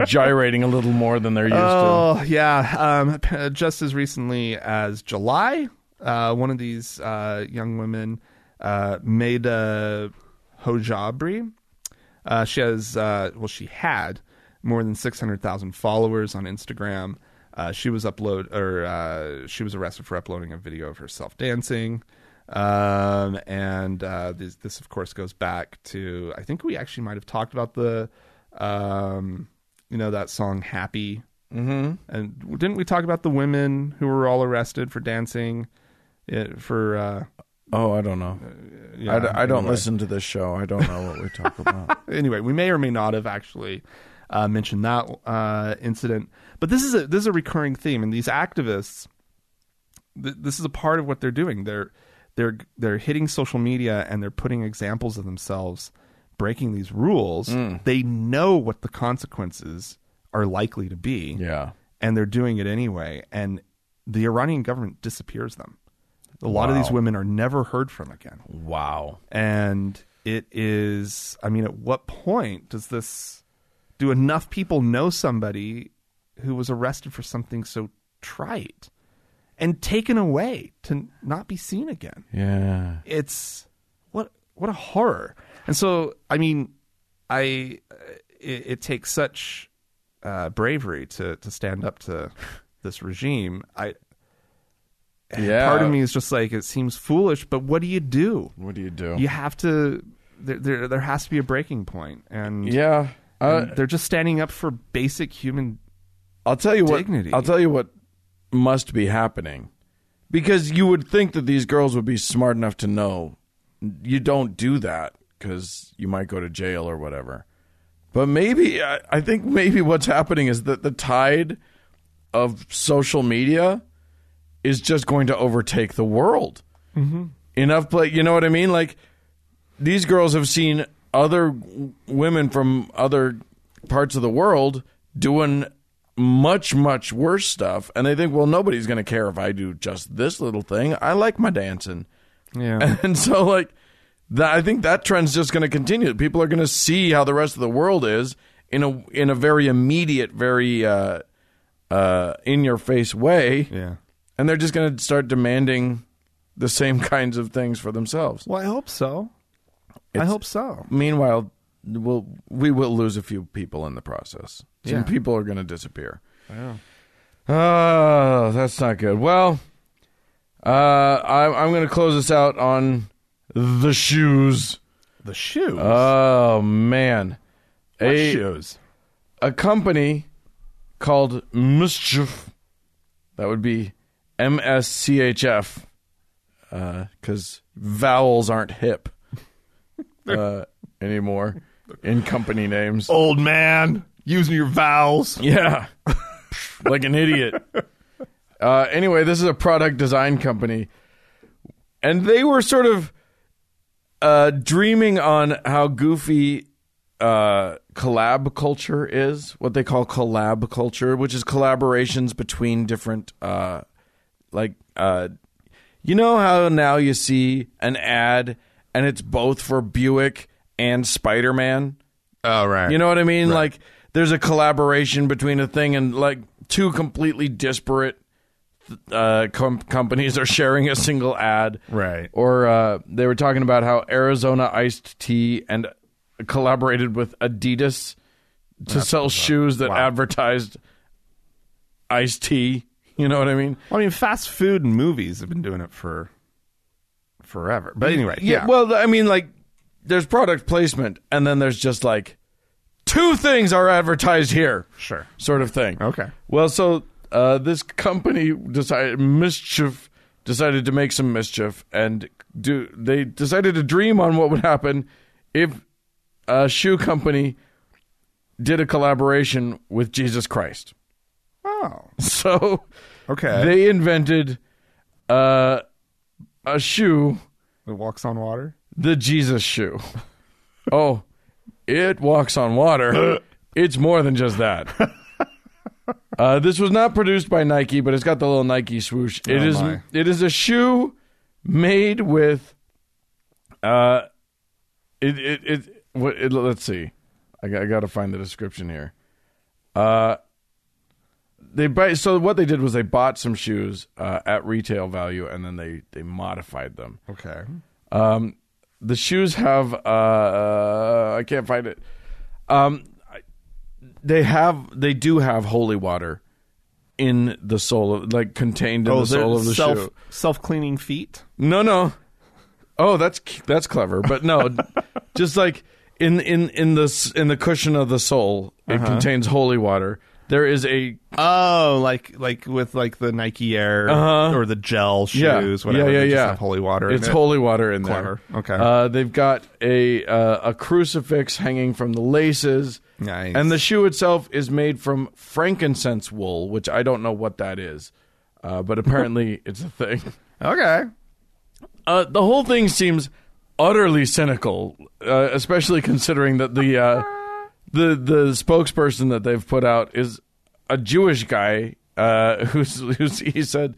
[SPEAKER 2] gyrating a little more than they're used
[SPEAKER 1] Oh yeah. Um, p- just as recently as July, uh, one of these uh, young women, uh, Maida Hojabri, uh, she has uh, well, she had more than six hundred thousand followers on Instagram. Uh, she was upload or uh, she was arrested for uploading a video of herself dancing. Um, and uh, this, this, of course, goes back to I think we actually might have talked about the, um, you know, that song "Happy." Mm-hmm. And didn't we talk about the women who were all arrested for dancing? uh, for uh,
[SPEAKER 2] to. Oh, I don't know.
[SPEAKER 1] yeah,
[SPEAKER 2] I d- I don't
[SPEAKER 1] anyway.
[SPEAKER 2] listen to this show. I don't know what we talk about.
[SPEAKER 1] anyway, we may or may not have actually uh, mentioned that uh, incident, but this is a this is a recurring theme, and these activists, th- this is a part of what they're doing. They're they're they're hitting social media and they're putting examples of themselves breaking these rules.
[SPEAKER 2] Mm.
[SPEAKER 1] They know what the consequences are likely to be,
[SPEAKER 2] yeah.
[SPEAKER 1] and they're doing it anyway. And the Iranian government disappears them. A lot of these women are never heard from again
[SPEAKER 2] Wow.
[SPEAKER 1] and it is i mean at what point does this do enough people know somebody who was arrested for something so trite and taken away to not be seen again
[SPEAKER 2] Yeah.
[SPEAKER 1] it's what what a horror and so i mean i uh, it, it takes such uh, bravery to to stand up to this regime i
[SPEAKER 2] Yeah.
[SPEAKER 1] part of me is just like it seems foolish but what do you do
[SPEAKER 2] What do you do?
[SPEAKER 1] you have to there, there there has to be a breaking point and
[SPEAKER 2] Yeah. Uh,
[SPEAKER 1] and they're just standing up for basic human
[SPEAKER 2] I'll tell you what.
[SPEAKER 1] Dignity.
[SPEAKER 2] I'll tell you what must be happening, because you would think that these girls would be smart enough to know you don't do that because you might go to jail or whatever. But maybe I, I think maybe what's happening is that the tide of social media is just going to overtake the world. Enough play, you know what I mean? Like these girls have seen other w- women from other parts of the world doing much much worse stuff and they think well nobody's going to care if i do just this little thing i like my dancing
[SPEAKER 1] yeah
[SPEAKER 2] and so like that i think that trend's just going to continue people are going to see how the rest of the world is in a in a very immediate very uh uh in your face way
[SPEAKER 1] yeah
[SPEAKER 2] and they're just going to start demanding the same kinds of things for themselves
[SPEAKER 1] well i hope so i
[SPEAKER 2] It's-
[SPEAKER 1] hope so
[SPEAKER 2] Meanwhile, we'll, we will lose a few people in the process. Some
[SPEAKER 1] Yeah.
[SPEAKER 2] people are going to disappear. Oh, that's not good. Well, uh, I'm, I'm going to close this out on the shoes.
[SPEAKER 1] the shoes Uh,
[SPEAKER 2] Oh, man.
[SPEAKER 1] What
[SPEAKER 2] A,
[SPEAKER 1] shoes
[SPEAKER 2] a company called Mischief. That would be MSCHF. because uh, vowels aren't hip uh, anymore in company names.
[SPEAKER 1] Old man, using your vowels.
[SPEAKER 2] Yeah. like an idiot. Uh, anyway, this is a product design company. And they were sort of uh, dreaming on how goofy uh, collab culture is, what they call collab culture, which is collaborations between different, uh, like, uh, you know how now you see an ad and it's both for Buick and Spider Man?
[SPEAKER 1] Oh, right.
[SPEAKER 2] You know what I mean? Like there's a collaboration between a thing and like two completely disparate uh, com- companies are sharing a single ad.
[SPEAKER 1] Right.
[SPEAKER 2] Or uh, they were talking about how Arizona Iced Tea and collaborated with Adidas to sell shoes that advertised iced tea. You know what I mean?
[SPEAKER 1] I mean, fast food and movies have been doing it for forever. But anyway, yeah.
[SPEAKER 2] Well, I mean, like, there's product placement, and then there's just like two things are advertised here,
[SPEAKER 1] sure.
[SPEAKER 2] sort of thing.
[SPEAKER 1] Okay.
[SPEAKER 2] Well, so uh, this company decided mischief decided to make some mischief, and do they decided to dream on what would happen if a shoe company did a collaboration with Jesus Christ.
[SPEAKER 1] Oh,
[SPEAKER 2] So
[SPEAKER 1] okay.
[SPEAKER 2] they invented uh, a shoe
[SPEAKER 1] it walks on water.
[SPEAKER 2] the Jesus shoe. Oh, it walks on water. It's more than just that. Uh, this was not produced by Nike, but it's got the little Nike swoosh. It
[SPEAKER 1] Oh,
[SPEAKER 2] is
[SPEAKER 1] my.
[SPEAKER 2] it is a shoe made with uh it it it, what, it let's see. I got, I got to find the description here. Uh they buy so what they did was they bought some shoes uh, at retail value and then they they modified them.
[SPEAKER 1] Okay.
[SPEAKER 2] Um, the shoes have uh, I can't find it. Um, I- they have they do have holy water in the sole of like contained in the sole of the
[SPEAKER 1] Oh, self
[SPEAKER 2] shoe.
[SPEAKER 1] self cleaning feet.
[SPEAKER 2] No, no. Oh, that's that's clever, but no, just like in in in the s- in the cushion of the sole, it contains holy water. There is a
[SPEAKER 1] Oh, like like with like the Nike Air
[SPEAKER 2] Uh-huh.
[SPEAKER 1] or the gel shoes,
[SPEAKER 2] Yeah.
[SPEAKER 1] whatever.
[SPEAKER 2] Yeah, yeah,
[SPEAKER 1] they just
[SPEAKER 2] yeah.
[SPEAKER 1] have holy water. in
[SPEAKER 2] It's
[SPEAKER 1] it.
[SPEAKER 2] holy water in
[SPEAKER 1] Clever.
[SPEAKER 2] there.
[SPEAKER 1] Okay.
[SPEAKER 2] Uh, they've got a uh, a crucifix hanging from the laces.
[SPEAKER 1] Nice.
[SPEAKER 2] And the shoe itself is made from frankincense wool, which I don't know what that is, uh, but apparently it's a thing.
[SPEAKER 1] Okay.
[SPEAKER 2] Uh, the whole thing seems utterly cynical, uh, especially considering that the uh, the the spokesperson that they've put out is a Jewish guy uh, who's, who's he said.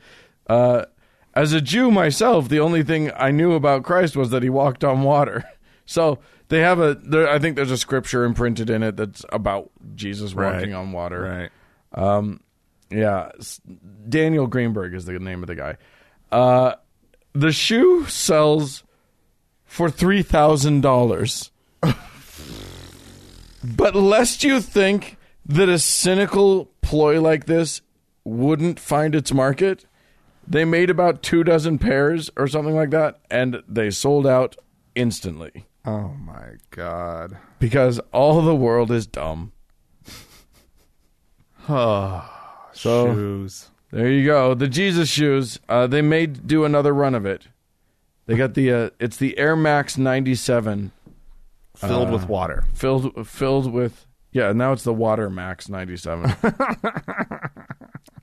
[SPEAKER 2] Uh, as a Jew myself, the only thing I knew about Christ was that he walked on water. So they have a, there, I think there's a scripture imprinted in it that's about Jesus walking on water.
[SPEAKER 1] Right.
[SPEAKER 2] Yeah, S- Daniel Greenberg is the name of the guy. Uh, the shoe sells for three thousand dollars. but lest you think that a cynical ploy like this wouldn't find its market, they made about two dozen pairs or something like that, and they sold out instantly
[SPEAKER 1] Oh my god.
[SPEAKER 2] because all the world is dumb. So-
[SPEAKER 1] shoes.
[SPEAKER 2] There you go. The Jesus shoes. Uh, they may do another run of it. They got the. Uh, it's the Air Max 97
[SPEAKER 1] Filled with water.
[SPEAKER 2] filled filled with. Yeah, now it's the Water Max 97.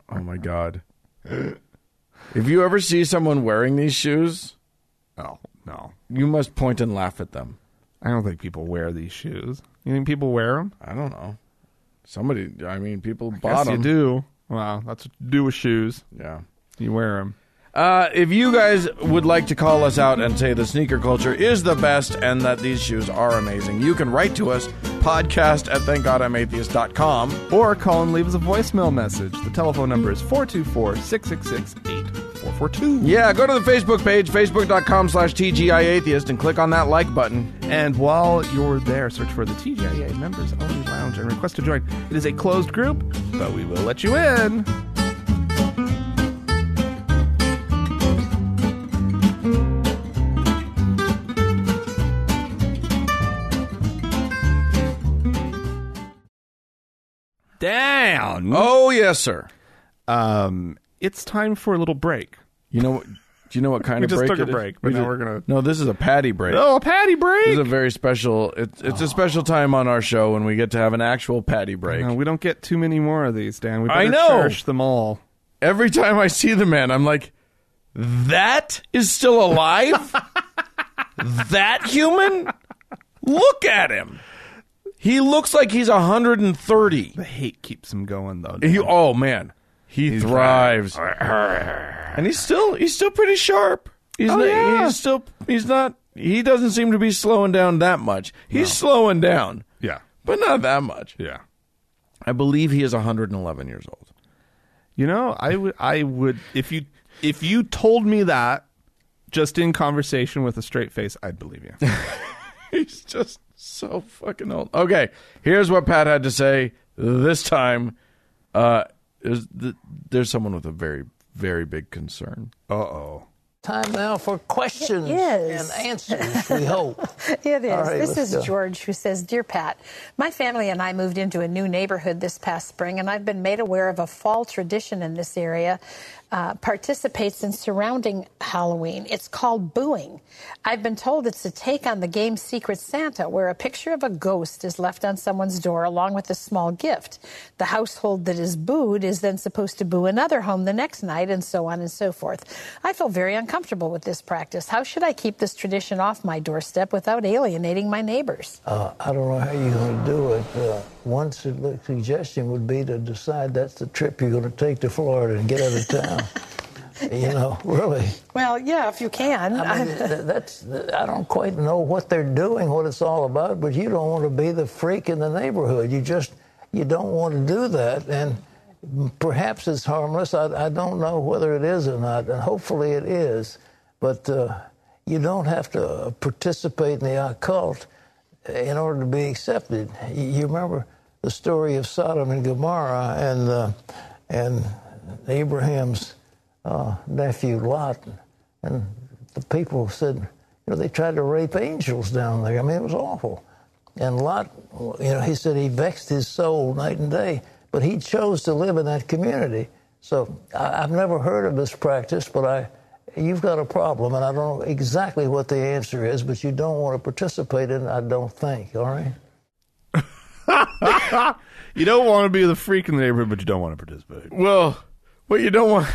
[SPEAKER 2] oh my god. If you ever see someone wearing these shoes,
[SPEAKER 1] Oh no.
[SPEAKER 2] you must point and laugh at them.
[SPEAKER 1] I don't think people wear these shoes. You think people wear them?
[SPEAKER 2] I don't know. Somebody. I mean, people bought
[SPEAKER 1] Yes,
[SPEAKER 2] them.
[SPEAKER 1] you do. Wow, that's what you do with shoes.
[SPEAKER 2] Yeah.
[SPEAKER 1] You wear them.
[SPEAKER 2] Uh, if you guys would like to call us out and say the sneaker culture is the best and that these shoes are amazing, you can write to us, podcast at thankgodimatheist.com.
[SPEAKER 1] Or call and leave us a voicemail message. The telephone number is 424 666 8442.
[SPEAKER 2] Yeah, go to the Facebook page, facebook.com slash TGIAtheist, and click on that like button.
[SPEAKER 1] And while you're there, search for the TJA Members Only Lounge and request to join. It is a closed group, but we will let you in. Down.
[SPEAKER 2] Oh, yes, sir. Oh,
[SPEAKER 1] Um, it's time for a little break.
[SPEAKER 2] You know what? Do you know what kind
[SPEAKER 1] We
[SPEAKER 2] of
[SPEAKER 1] just
[SPEAKER 2] break
[SPEAKER 1] took a
[SPEAKER 2] it is?
[SPEAKER 1] break, but now we're gonna-
[SPEAKER 2] No, this is a patty break.
[SPEAKER 1] Oh, patty break.
[SPEAKER 2] This is a very special. It's it's a special time on our show when we get to have an actual patty break.
[SPEAKER 1] No, we don't get too many more of these, Dan. We better
[SPEAKER 2] I know.
[SPEAKER 1] cherish them all.
[SPEAKER 2] Every time I see the man, I'm like, that is still alive. that human. Look at him. He looks like he's 130.
[SPEAKER 1] The hate keeps them going, though.
[SPEAKER 2] He, oh man, he thrives, and he's still he's still pretty sharp. He's not,
[SPEAKER 1] Oh, yeah.
[SPEAKER 2] he's still he's not he doesn't seem to be slowing down that much. He's slowing down,
[SPEAKER 1] Yeah,
[SPEAKER 2] but not that much.
[SPEAKER 1] yeah.
[SPEAKER 2] I believe he is 111 years old.
[SPEAKER 1] You know, I would, I would, if you, if you told me that, just in conversation with a straight face, I'd believe you.
[SPEAKER 2] He's just so fucking old. Okay, here's what Pat had to say this time. Uh, there's there's someone with a very very big concern.
[SPEAKER 1] uh oh.
[SPEAKER 3] Time now for questions
[SPEAKER 4] is.
[SPEAKER 3] and answers, we hope.
[SPEAKER 4] It is.
[SPEAKER 3] All right,
[SPEAKER 4] this
[SPEAKER 3] let's
[SPEAKER 4] is
[SPEAKER 3] go.
[SPEAKER 4] George who says Dear Pat, my family and I moved into a new neighborhood this past spring, and I've been made aware of a fall tradition in this area. Uh, participates in surrounding Halloween. It's called booing. I've been told it's a take on the game Secret Santa, where a picture of a ghost is left on someone's door along with a small gift. The household that is booed is then supposed to boo another home the next night, and so on and so forth. I feel very uncomfortable with this practice. How should I keep this tradition off my doorstep without alienating my neighbors?
[SPEAKER 3] Uh, I don't know how you're going to do it. Uh, one su- suggestion would be to decide that's the trip you're going to take to Florida and get out of town. you know, really.
[SPEAKER 4] Well, yeah, if you can.
[SPEAKER 3] I mean, th- that's I don't quite know what they're doing, what it's all about, but you don't want to be the freak in the neighborhood. You just you don't want to do that, and perhaps it's harmless. I, I don't know whether it is or not, and hopefully it is. But uh, you don't have to uh, participate in the occult in order to be accepted. You, you remember the story of Sodom and Gomorrah and uh, and Abraham's uh, nephew Lot, and the people said, you know, they tried to rape angels down there. I mean, it was awful. And Lot, you know, he said he vexed his soul night and day, but he chose to live in that community. So I, I've never heard of this practice, but I, you've got a problem, and I don't know exactly what the answer is, but you don't want to participate in it, I don't think, all right?
[SPEAKER 1] You don't want to be the freak in the neighborhood, but you don't want to participate.
[SPEAKER 2] Well, what you don't want.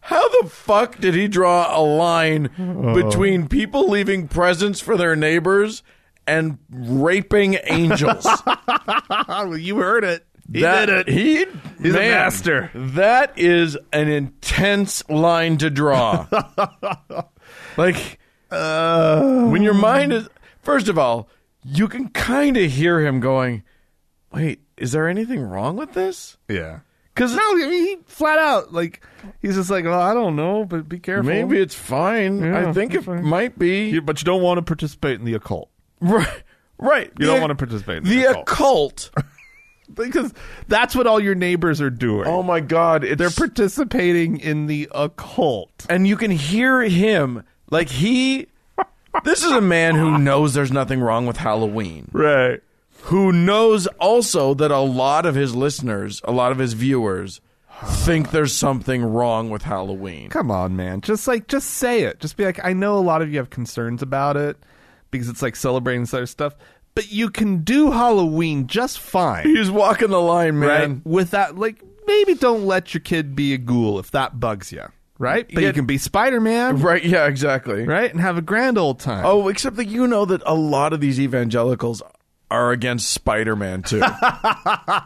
[SPEAKER 2] How the fuck did he draw a line between people leaving presents for their neighbors and raping angels?
[SPEAKER 1] Ah, well, you heard it. He
[SPEAKER 2] That-
[SPEAKER 1] did it.
[SPEAKER 2] He,
[SPEAKER 1] He's a
[SPEAKER 2] man,
[SPEAKER 1] master.
[SPEAKER 2] That is an intense line to draw. like
[SPEAKER 1] Uh,
[SPEAKER 2] when your mind is. First of all, you can kind of hear him going, "Wait, is there anything wrong with this?"
[SPEAKER 1] yeah. Because no, I mean, he flat out like he's just like, well, I don't know, but be careful.
[SPEAKER 2] Maybe it's fine.
[SPEAKER 1] Yeah,
[SPEAKER 2] I think it
[SPEAKER 1] it's fine.
[SPEAKER 2] might be.
[SPEAKER 1] You- but you don't want to participate in the occult
[SPEAKER 2] Right. Right.
[SPEAKER 1] You don't wanna participate in
[SPEAKER 2] the
[SPEAKER 1] the
[SPEAKER 2] occult.
[SPEAKER 1] because that's what all your neighbors are doing.
[SPEAKER 2] oh my god, it's
[SPEAKER 1] They're participating in the occult.
[SPEAKER 2] and you can hear him like he This is a man who knows there's nothing wrong with Halloween.
[SPEAKER 1] Right.
[SPEAKER 2] Who knows also that a lot of his listeners, a lot of his viewers think there's something wrong with Halloween.
[SPEAKER 1] Come on, man. Just like just say it. Just be like, I know a lot of you have concerns about it because it's like celebrating this other stuff, but you can do Halloween just fine.
[SPEAKER 2] He's walking the line,
[SPEAKER 1] Right?
[SPEAKER 2] man.
[SPEAKER 1] With that like maybe don't let your kid be a ghoul if that bugs you. Right? But
[SPEAKER 2] Yeah.
[SPEAKER 1] you can be Spider Man,
[SPEAKER 2] Right, yeah, exactly.
[SPEAKER 1] right? And have a grand old time.
[SPEAKER 2] Oh, except that you know that a lot of these evangelicals are against Spider-Man too.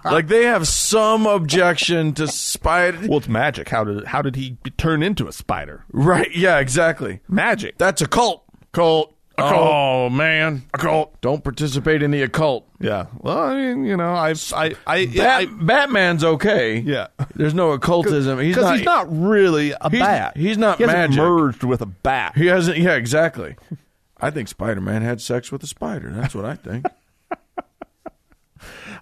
[SPEAKER 2] like they have some objection to Spider
[SPEAKER 1] Well, it's magic. How did how did he be- turn into a spider?
[SPEAKER 2] Right. Yeah. Exactly.
[SPEAKER 1] Magic.
[SPEAKER 2] That's a cult.
[SPEAKER 1] Cult. Occult.
[SPEAKER 2] Oh man.
[SPEAKER 1] Occult.
[SPEAKER 2] Don't participate in the occult.
[SPEAKER 1] Yeah. Well, I mean, you know, I've, I, I,
[SPEAKER 2] Bat-
[SPEAKER 1] I,
[SPEAKER 2] Batman's okay.
[SPEAKER 1] Yeah.
[SPEAKER 2] There's no occultism. He's
[SPEAKER 1] because
[SPEAKER 2] not,
[SPEAKER 1] he's not really a
[SPEAKER 2] He's-
[SPEAKER 1] bat.
[SPEAKER 2] he's not
[SPEAKER 1] he hasn't
[SPEAKER 2] magic.
[SPEAKER 1] merged with a bat.
[SPEAKER 2] He hasn't. Yeah. Exactly. I think Spider-Man had sex with a spider. That's what I think.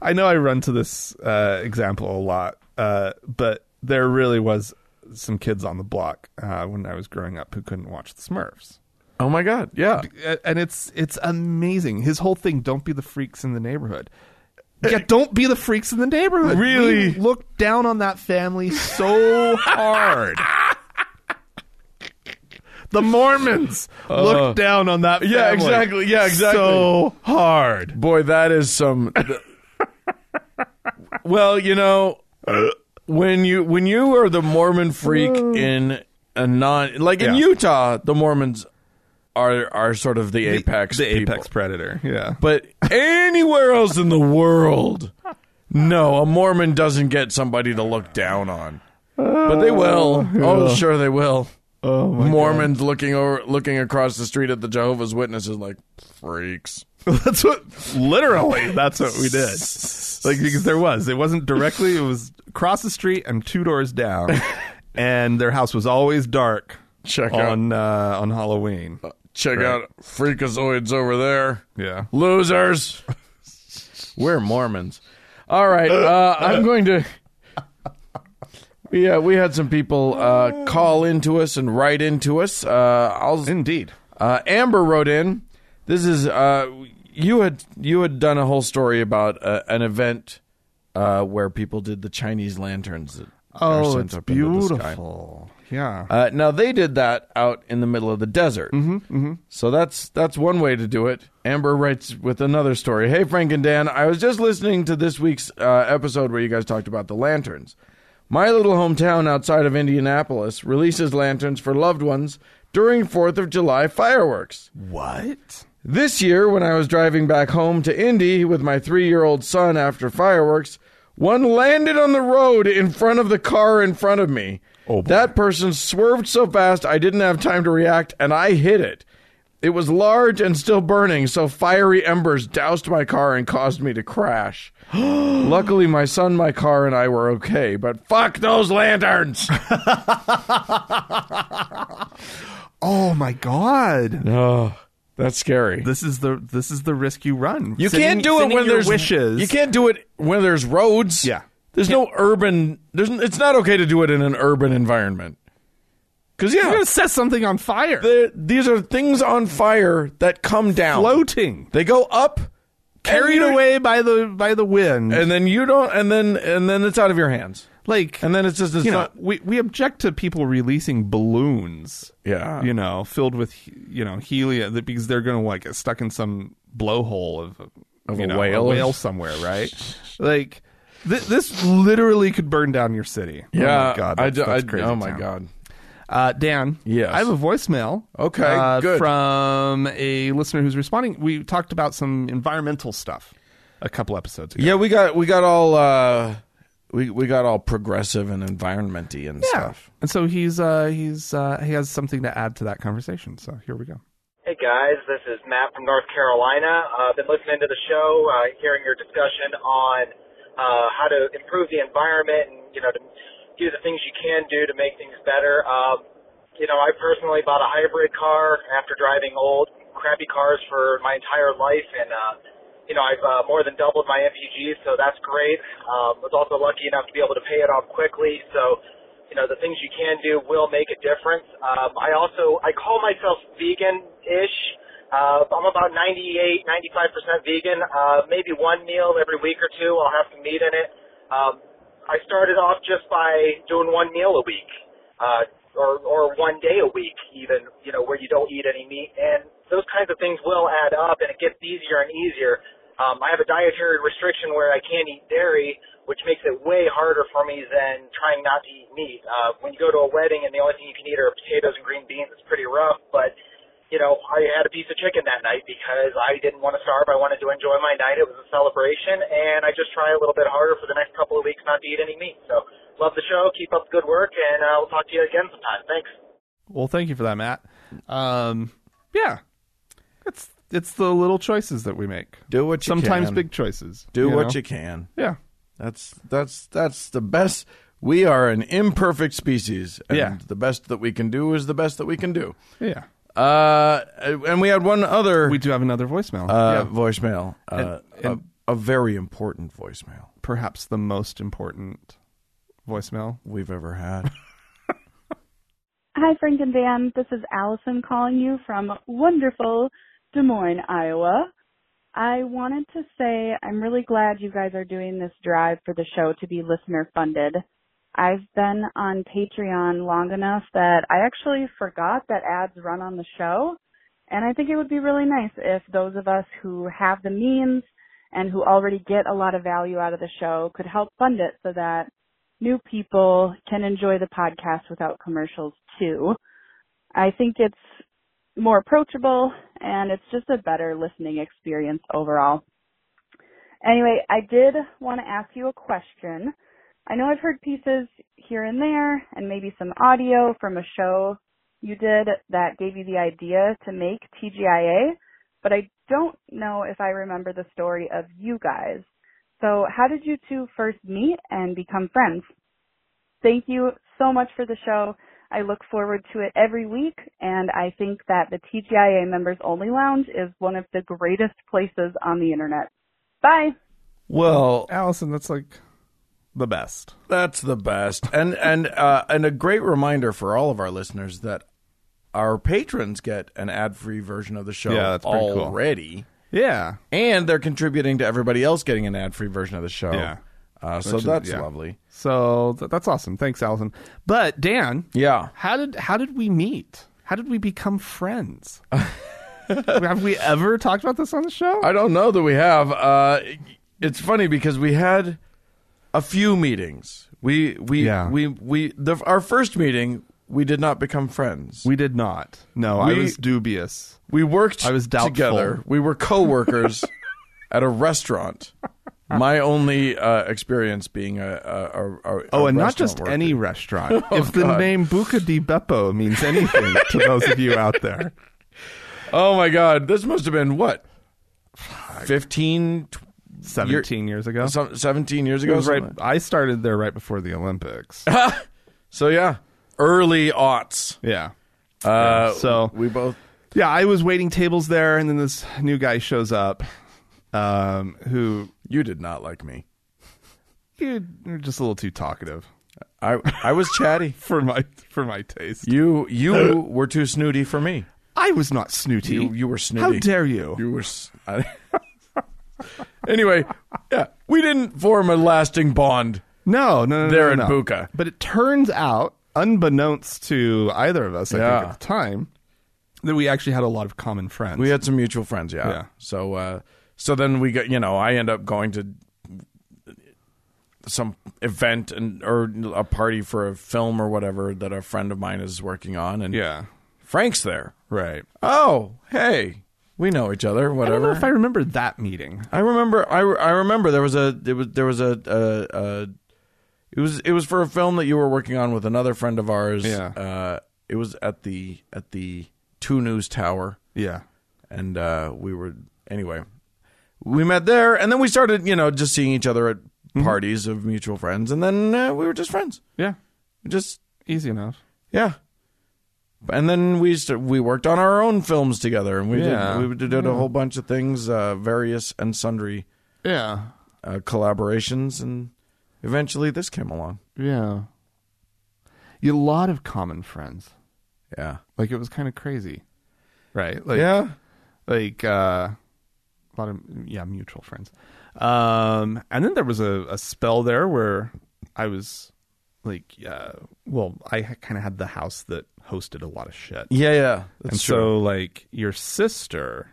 [SPEAKER 1] I know I run to this uh, example a lot, uh, but there really was some kids on the block uh, when I was growing up who couldn't watch the Smurfs.
[SPEAKER 2] oh my God. Yeah.
[SPEAKER 1] A- And it's it's amazing. His whole thing: don't be the freaks in the neighborhood. Yeah, don't be the freaks in the neighborhood.
[SPEAKER 2] Uh, Really?
[SPEAKER 1] we look down on that family so hard. The Mormons
[SPEAKER 2] Uh,
[SPEAKER 1] looked down on that.
[SPEAKER 2] yeah,
[SPEAKER 1] family
[SPEAKER 2] exactly, yeah, exactly.
[SPEAKER 1] So hard.
[SPEAKER 2] Boy, that is some. well, you know, when you when you are the Mormon freak in a non like in
[SPEAKER 1] Uh. Yeah.
[SPEAKER 2] Utah, the Mormons are are sort of the apex,
[SPEAKER 1] the
[SPEAKER 2] people.
[SPEAKER 1] apex predator. Yeah,
[SPEAKER 2] But anywhere else in the world, no, a Mormon doesn't get somebody to look down on. But they will. Oh, sure they will.
[SPEAKER 1] Oh,
[SPEAKER 2] Mormons looking over, looking across the street at the Jehovah's Witnesses, like freaks.
[SPEAKER 1] that's what literally that's what we did. Like because there was, it wasn't directly. It was across the street and two doors down, and their house was always dark.
[SPEAKER 2] Check
[SPEAKER 1] on uh, on Halloween.
[SPEAKER 2] Check out Freakazoids over there.
[SPEAKER 1] Yeah.
[SPEAKER 2] Losers. We're Mormons. All right. Uh, I'm going to. Yeah, we had some people uh, call into us and write into us. Uh, I'll,
[SPEAKER 1] Indeed.
[SPEAKER 2] uh, Amber wrote in. This is uh, you had you had done a whole story about uh, an event uh, where people did the Chinese lanterns. That are sent up into the sky.
[SPEAKER 1] Yeah.
[SPEAKER 2] Uh, now they did that out in the middle of the desert. Mm-hmm, So that's that's one way to do it. Amber writes with another story. Hey Frank and Dan, I was just listening to this week's uh, episode where you guys talked about the lanterns. My little hometown outside of Indianapolis releases lanterns for loved ones during Fourth of July fireworks.
[SPEAKER 1] what?
[SPEAKER 2] This year, when I was driving back home to Indy with my three year old son after fireworks, one landed on the road in front of the car in front of me.
[SPEAKER 1] Oh, boy.
[SPEAKER 2] that person swerved so fast I didn't have time to react, and I hit it. It was large and still burning, so fiery embers doused my car and caused me to crash. Luckily, my son, my car, and I were okay, but fuck those lanterns!
[SPEAKER 1] Oh my god.
[SPEAKER 2] oh, that's scary.
[SPEAKER 1] This is the this is the risk you run.
[SPEAKER 2] You
[SPEAKER 1] Sending-
[SPEAKER 2] can't do it
[SPEAKER 1] sending
[SPEAKER 2] when
[SPEAKER 1] your
[SPEAKER 2] there's
[SPEAKER 1] wishes.
[SPEAKER 2] You can't do it when there's roads.
[SPEAKER 1] Yeah.
[SPEAKER 2] There's no urban. There's. n- It's not okay to do it in an urban environment. Because
[SPEAKER 1] You're
[SPEAKER 2] yeah,
[SPEAKER 1] gonna set something on fire.
[SPEAKER 2] the- these are things on fire that come down.
[SPEAKER 1] Floating,
[SPEAKER 2] They go up,
[SPEAKER 1] carried
[SPEAKER 2] and you-
[SPEAKER 1] away by the by the wind.
[SPEAKER 2] and then you don't. And then and then it's out of your hands.
[SPEAKER 1] like
[SPEAKER 2] And then it's just. It's
[SPEAKER 1] you know,
[SPEAKER 2] not,
[SPEAKER 1] we we object to people releasing balloons.
[SPEAKER 2] Yeah.
[SPEAKER 1] you know, filled with you know helium that- because they're going to like get stuck in some blowhole of
[SPEAKER 2] Of
[SPEAKER 1] you
[SPEAKER 2] a
[SPEAKER 1] know,
[SPEAKER 2] whale.
[SPEAKER 1] whale somewhere, right? like th- this literally could burn down your city.
[SPEAKER 2] yeah.
[SPEAKER 1] oh my god,
[SPEAKER 2] I,
[SPEAKER 1] that's,
[SPEAKER 2] do-
[SPEAKER 1] that's
[SPEAKER 2] I-
[SPEAKER 1] crazy.
[SPEAKER 2] Oh my
[SPEAKER 1] town.
[SPEAKER 2] god.
[SPEAKER 1] Uh, Dan,
[SPEAKER 2] Yes.
[SPEAKER 1] I have a voicemail.
[SPEAKER 2] Okay,
[SPEAKER 1] uh,
[SPEAKER 2] good.
[SPEAKER 1] From a listener who's responding. We talked about some environmental stuff a couple episodes ago.
[SPEAKER 2] Yeah, we got we got all. uh we, we got all progressive and environmenty and stuff.
[SPEAKER 1] and so he's uh, he's uh, he has something to add to that conversation. So here we go.
[SPEAKER 5] Hey guys, this is Matt from North Carolina. I've uh, been listening to the show, uh, hearing your discussion on uh, how to improve the environment and you know to do the things you can do to make things better. Um, you know, I personally bought a hybrid car after driving old crappy cars for my entire life, and uh, you know I've uh, more than doubled my MPG, so that's great. Um, was also lucky enough to be able to pay it off quickly, so you know the things you can do will make a difference. Um, I also I call myself vegan-ish. Uh, I'm about 98, 95 percent vegan. Uh, maybe one meal every week or two I'll have some meat in it. Um, I started off just by doing one meal a week, uh, or or one day a week, even you know where you don't eat any meat, and those kinds of things will add up, and it gets easier and easier. Um, I have a dietary restriction where I can't eat dairy, which makes it way harder for me than trying not to eat meat. Uh, when you go to a wedding and the only thing you can eat are potatoes and green beans, it's pretty rough. But you know, I had a piece of chicken that night because I didn't want to starve. I wanted to enjoy my night. It was a celebration, and I just try a little bit harder for the next couple of weeks not to eat any meat. So, love the show. Keep up the good work, and uh, I'll talk to you again sometime. Thanks.
[SPEAKER 1] Well, thank you for that, Matt. Um, yeah, it's it's the little choices that we make.
[SPEAKER 2] Do what you
[SPEAKER 1] Sometimes
[SPEAKER 2] can.
[SPEAKER 1] big choices.
[SPEAKER 2] Do what
[SPEAKER 1] know?
[SPEAKER 2] you can.
[SPEAKER 1] Yeah,
[SPEAKER 2] That's that's that's the best. We are an imperfect species, and
[SPEAKER 1] Yeah.
[SPEAKER 2] the best that we can do is the best that we can do.
[SPEAKER 1] yeah.
[SPEAKER 2] Uh, and we had one other
[SPEAKER 1] We do have another voicemail. yeah,
[SPEAKER 2] uh, voicemail, uh,
[SPEAKER 1] And- and-
[SPEAKER 2] a, a very important voicemail
[SPEAKER 1] perhaps the most important voicemail.
[SPEAKER 2] we've ever had.
[SPEAKER 6] Hi, Frank and Dan. This is Allison calling you from wonderful Des Moines, Iowa. I wanted to say I'm really glad you guys are doing this drive for the show to be listener funded. I've been on Patreon long enough that I actually forgot that ads run on the show. And I think it would be really nice if those of us who have the means and who already get a lot of value out of the show could help fund it so that new people can enjoy the podcast without commercials too. I think it's more approachable and it's just a better listening experience overall. Anyway, I did want to ask you a question. I know I've heard pieces here and there and maybe some audio from a show you did that gave you the idea to make TGIA, but I don't know if I remember the story of you guys. So how did you two first meet and become friends? Thank you so much for the show. I look forward to it every week, and I think that the TGIA Members Only Lounge is one of the greatest places on the internet. Bye.
[SPEAKER 2] Well,
[SPEAKER 1] Allison, that's like the best.
[SPEAKER 2] That's the best, and and uh, and a great reminder for all of our listeners that our patrons get an ad-free version of the show
[SPEAKER 1] Yeah, that's pretty cool.
[SPEAKER 2] already,
[SPEAKER 1] Yeah.
[SPEAKER 2] and they're contributing to everybody else getting an ad-free version of the show.
[SPEAKER 1] Yeah.
[SPEAKER 2] uh, so
[SPEAKER 1] Which is-
[SPEAKER 2] that's
[SPEAKER 1] yeah.
[SPEAKER 2] lovely.
[SPEAKER 1] So th- that's awesome. Thanks, Allison. But Dan,
[SPEAKER 2] Yeah.
[SPEAKER 1] how did how did we meet? How did we become friends? Have we ever talked about this on the show?
[SPEAKER 2] I don't know that we have. Uh, it's funny because we had a few meetings. We we
[SPEAKER 1] Yeah.
[SPEAKER 2] we we the, our first meeting we did not become friends.
[SPEAKER 1] we did not. No, I
[SPEAKER 2] We-
[SPEAKER 1] was dubious.
[SPEAKER 2] We worked
[SPEAKER 1] I was doubtful.
[SPEAKER 2] together. We were coworkers at a restaurant. My only uh, experience being a, a, a, a
[SPEAKER 1] Oh,
[SPEAKER 2] a
[SPEAKER 1] and not
[SPEAKER 2] restaurant Oh,
[SPEAKER 1] just
[SPEAKER 2] worker.
[SPEAKER 1] any restaurant. if the name Buca di Beppo means anything to those of you out there,
[SPEAKER 2] Oh my God, this must have been what 15, tw-
[SPEAKER 1] seventeen years ago,
[SPEAKER 2] some, seventeen years
[SPEAKER 1] it
[SPEAKER 2] ago.
[SPEAKER 1] was right.
[SPEAKER 2] something.
[SPEAKER 1] I started there right before the Olympics.
[SPEAKER 2] Uh, So yeah, early aughts.
[SPEAKER 1] yeah.
[SPEAKER 2] Uh,
[SPEAKER 1] So-
[SPEAKER 2] we both
[SPEAKER 1] Yeah, I was waiting tables there, and then this new guy shows up, um, who
[SPEAKER 2] you did not like me.
[SPEAKER 1] you- you're just a little too talkative
[SPEAKER 2] I I was chatty.
[SPEAKER 1] for my for my taste.
[SPEAKER 2] You you were too snooty for me.
[SPEAKER 1] I was not snooty.
[SPEAKER 2] You you were snooty.
[SPEAKER 1] How dare you?
[SPEAKER 2] You were. s I anyway, yeah, we didn't form a lasting bond.
[SPEAKER 1] No, no, no.
[SPEAKER 2] There
[SPEAKER 1] no,
[SPEAKER 2] at
[SPEAKER 1] no.
[SPEAKER 2] Buca.
[SPEAKER 1] But it turns out, unbeknownst to either of us, I
[SPEAKER 2] Yeah.
[SPEAKER 1] think at the time, that we actually had a lot of common friends.
[SPEAKER 2] We had some mutual friends. Yeah.
[SPEAKER 1] Yeah.
[SPEAKER 2] So uh, so then we got you know I end up going to some event and or a party for a film or whatever that a friend of mine is working on and
[SPEAKER 1] yeah,
[SPEAKER 2] Frank's there.
[SPEAKER 1] right.
[SPEAKER 2] Oh hey, we know each other.
[SPEAKER 1] I don't know
[SPEAKER 2] Whatever.
[SPEAKER 1] if I remember that meeting.
[SPEAKER 2] I remember. I, re- I remember there was a there was there was a, a, a it was it was for a film that you were working on with another friend of ours.
[SPEAKER 1] Yeah.
[SPEAKER 2] Uh, it was at the at the Two News Tower,
[SPEAKER 1] Yeah,
[SPEAKER 2] and uh, we were anyway. We met there, and then we started, you know, just seeing each other at
[SPEAKER 1] Mm-hmm.
[SPEAKER 2] parties of mutual friends, and then uh, we were just friends.
[SPEAKER 1] yeah,
[SPEAKER 2] Just
[SPEAKER 1] easy enough.
[SPEAKER 2] yeah. And then we st- we worked on our own films together, and we
[SPEAKER 1] Yeah.
[SPEAKER 2] did we did a whole bunch of things, uh, various and sundry
[SPEAKER 1] Yeah,
[SPEAKER 2] uh, collaborations, and eventually this came along.
[SPEAKER 1] yeah. You had a lot of common friends.
[SPEAKER 2] Yeah,
[SPEAKER 1] Like it was kind of crazy, right? Like,
[SPEAKER 2] yeah,
[SPEAKER 1] like uh, a lot of yeah mutual friends um and then there was a, a spell there where i was like uh well i kind of had the house that hosted a lot of shit
[SPEAKER 2] yeah, yeah.
[SPEAKER 1] and so like your sister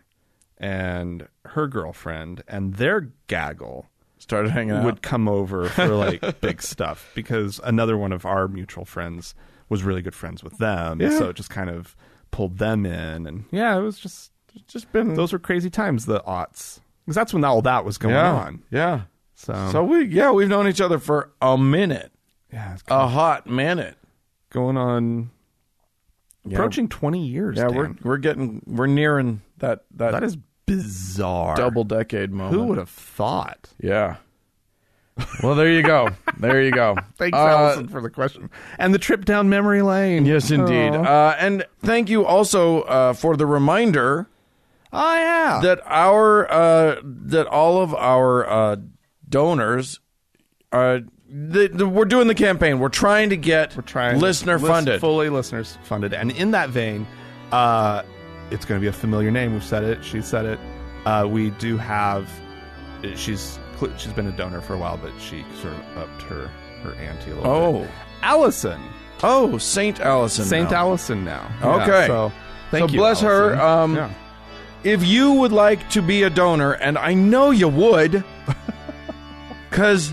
[SPEAKER 1] and her girlfriend and their gaggle
[SPEAKER 2] started hanging out.
[SPEAKER 1] would come over for like big stuff because another one of our mutual friends was really good friends with them
[SPEAKER 2] Yeah.
[SPEAKER 1] so it just kind of pulled them in and yeah it was just
[SPEAKER 2] just been
[SPEAKER 1] those were crazy times the aughts because that's when all that was going
[SPEAKER 2] yeah,
[SPEAKER 1] on Um,
[SPEAKER 2] yeah.
[SPEAKER 1] so,
[SPEAKER 2] so we yeah we've known each other for a minute,
[SPEAKER 1] yeah it's
[SPEAKER 2] a hot minute.
[SPEAKER 1] going on approaching 20 years
[SPEAKER 2] Yeah,
[SPEAKER 1] Dan.
[SPEAKER 2] we're we're getting we're nearing that that,
[SPEAKER 1] that is bizarre
[SPEAKER 2] double decade moment.
[SPEAKER 1] who would have thought
[SPEAKER 2] Yeah. Well, there you go. there you go.
[SPEAKER 1] thanks
[SPEAKER 2] Uh,
[SPEAKER 1] allison for the question and the trip down memory lane
[SPEAKER 2] Yes, indeed.
[SPEAKER 1] Oh.
[SPEAKER 2] Uh, and thank you also uh, for the reminder
[SPEAKER 1] oh yeah
[SPEAKER 2] that our uh, that all of our uh, donors uh, the, the, we're doing the campaign. We're trying to get
[SPEAKER 1] we're trying
[SPEAKER 2] listener
[SPEAKER 1] list-
[SPEAKER 2] funded.
[SPEAKER 1] fully listeners funded and in that vein uh it's going to be a familiar name we've said it she said it uh we do have she's cl- she's been a donor for a while but she sort of upped her her auntie a little bit.
[SPEAKER 2] Oh,
[SPEAKER 1] Allison.
[SPEAKER 2] oh, Saint Allison.
[SPEAKER 1] Saint
[SPEAKER 2] now.
[SPEAKER 1] Allison now.
[SPEAKER 2] Okay.
[SPEAKER 1] Yeah, so thank
[SPEAKER 2] So
[SPEAKER 1] you.
[SPEAKER 2] bless her,
[SPEAKER 1] Allison.
[SPEAKER 2] um,
[SPEAKER 1] Yeah.
[SPEAKER 2] If you would like to be a donor, and I know you would, cause,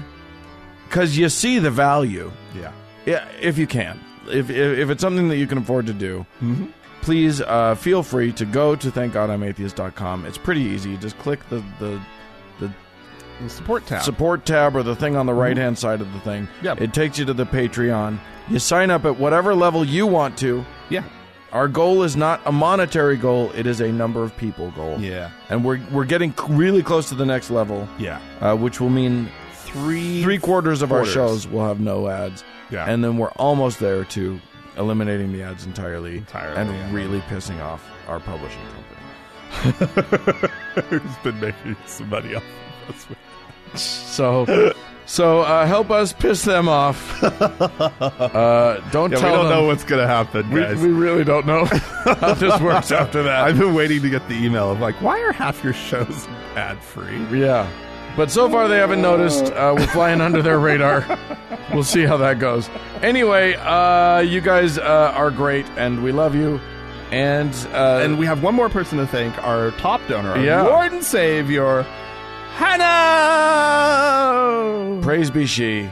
[SPEAKER 2] cause you see the value.
[SPEAKER 1] yeah.
[SPEAKER 2] Yeah, if you can, if if, if it's something that you can afford to do,
[SPEAKER 1] Mm-hmm.
[SPEAKER 2] please uh, feel free to go to thankgodimatheist.com. It's pretty easy. You just click the the, the
[SPEAKER 1] The support tab.
[SPEAKER 2] support tab or the thing on the right hand side of the thing.
[SPEAKER 1] Mm-hmm. Yep.
[SPEAKER 2] It takes you to the Patreon. You sign up at whatever level you want to.
[SPEAKER 1] yeah.
[SPEAKER 2] Our goal is not a monetary goal; it is a number of people goal.
[SPEAKER 1] Yeah.
[SPEAKER 2] and we're we're getting c- really close to the next level,
[SPEAKER 1] Yeah.
[SPEAKER 2] uh, which will mean
[SPEAKER 1] Three.
[SPEAKER 2] three quarters of
[SPEAKER 1] Quarters.
[SPEAKER 2] our shows will have no ads.
[SPEAKER 1] Yeah.
[SPEAKER 2] And then we're almost there to eliminating the ads entirely,
[SPEAKER 1] Entirely,
[SPEAKER 2] and
[SPEAKER 1] yeah.
[SPEAKER 2] really pissing off our publishing company.
[SPEAKER 1] Who's been making some money off of us?
[SPEAKER 2] So, so uh, help us piss them off. Uh, don't
[SPEAKER 1] Yeah, we
[SPEAKER 2] tell
[SPEAKER 1] don't
[SPEAKER 2] them.
[SPEAKER 1] know what's gonna happen, guys.
[SPEAKER 2] we, we really don't know how this works after that.
[SPEAKER 1] I've been waiting to get the email of like, why are half your shows ad free?
[SPEAKER 2] Yeah. But so far, they haven't noticed. Uh, we're flying under their radar. We'll see how that goes. Anyway, uh, you guys uh, are great, and we love you. And, uh,
[SPEAKER 1] And we have one more person to thank, our top donor, our
[SPEAKER 2] Yeah.
[SPEAKER 1] Lord and Savior, Hannah.
[SPEAKER 2] praise be she.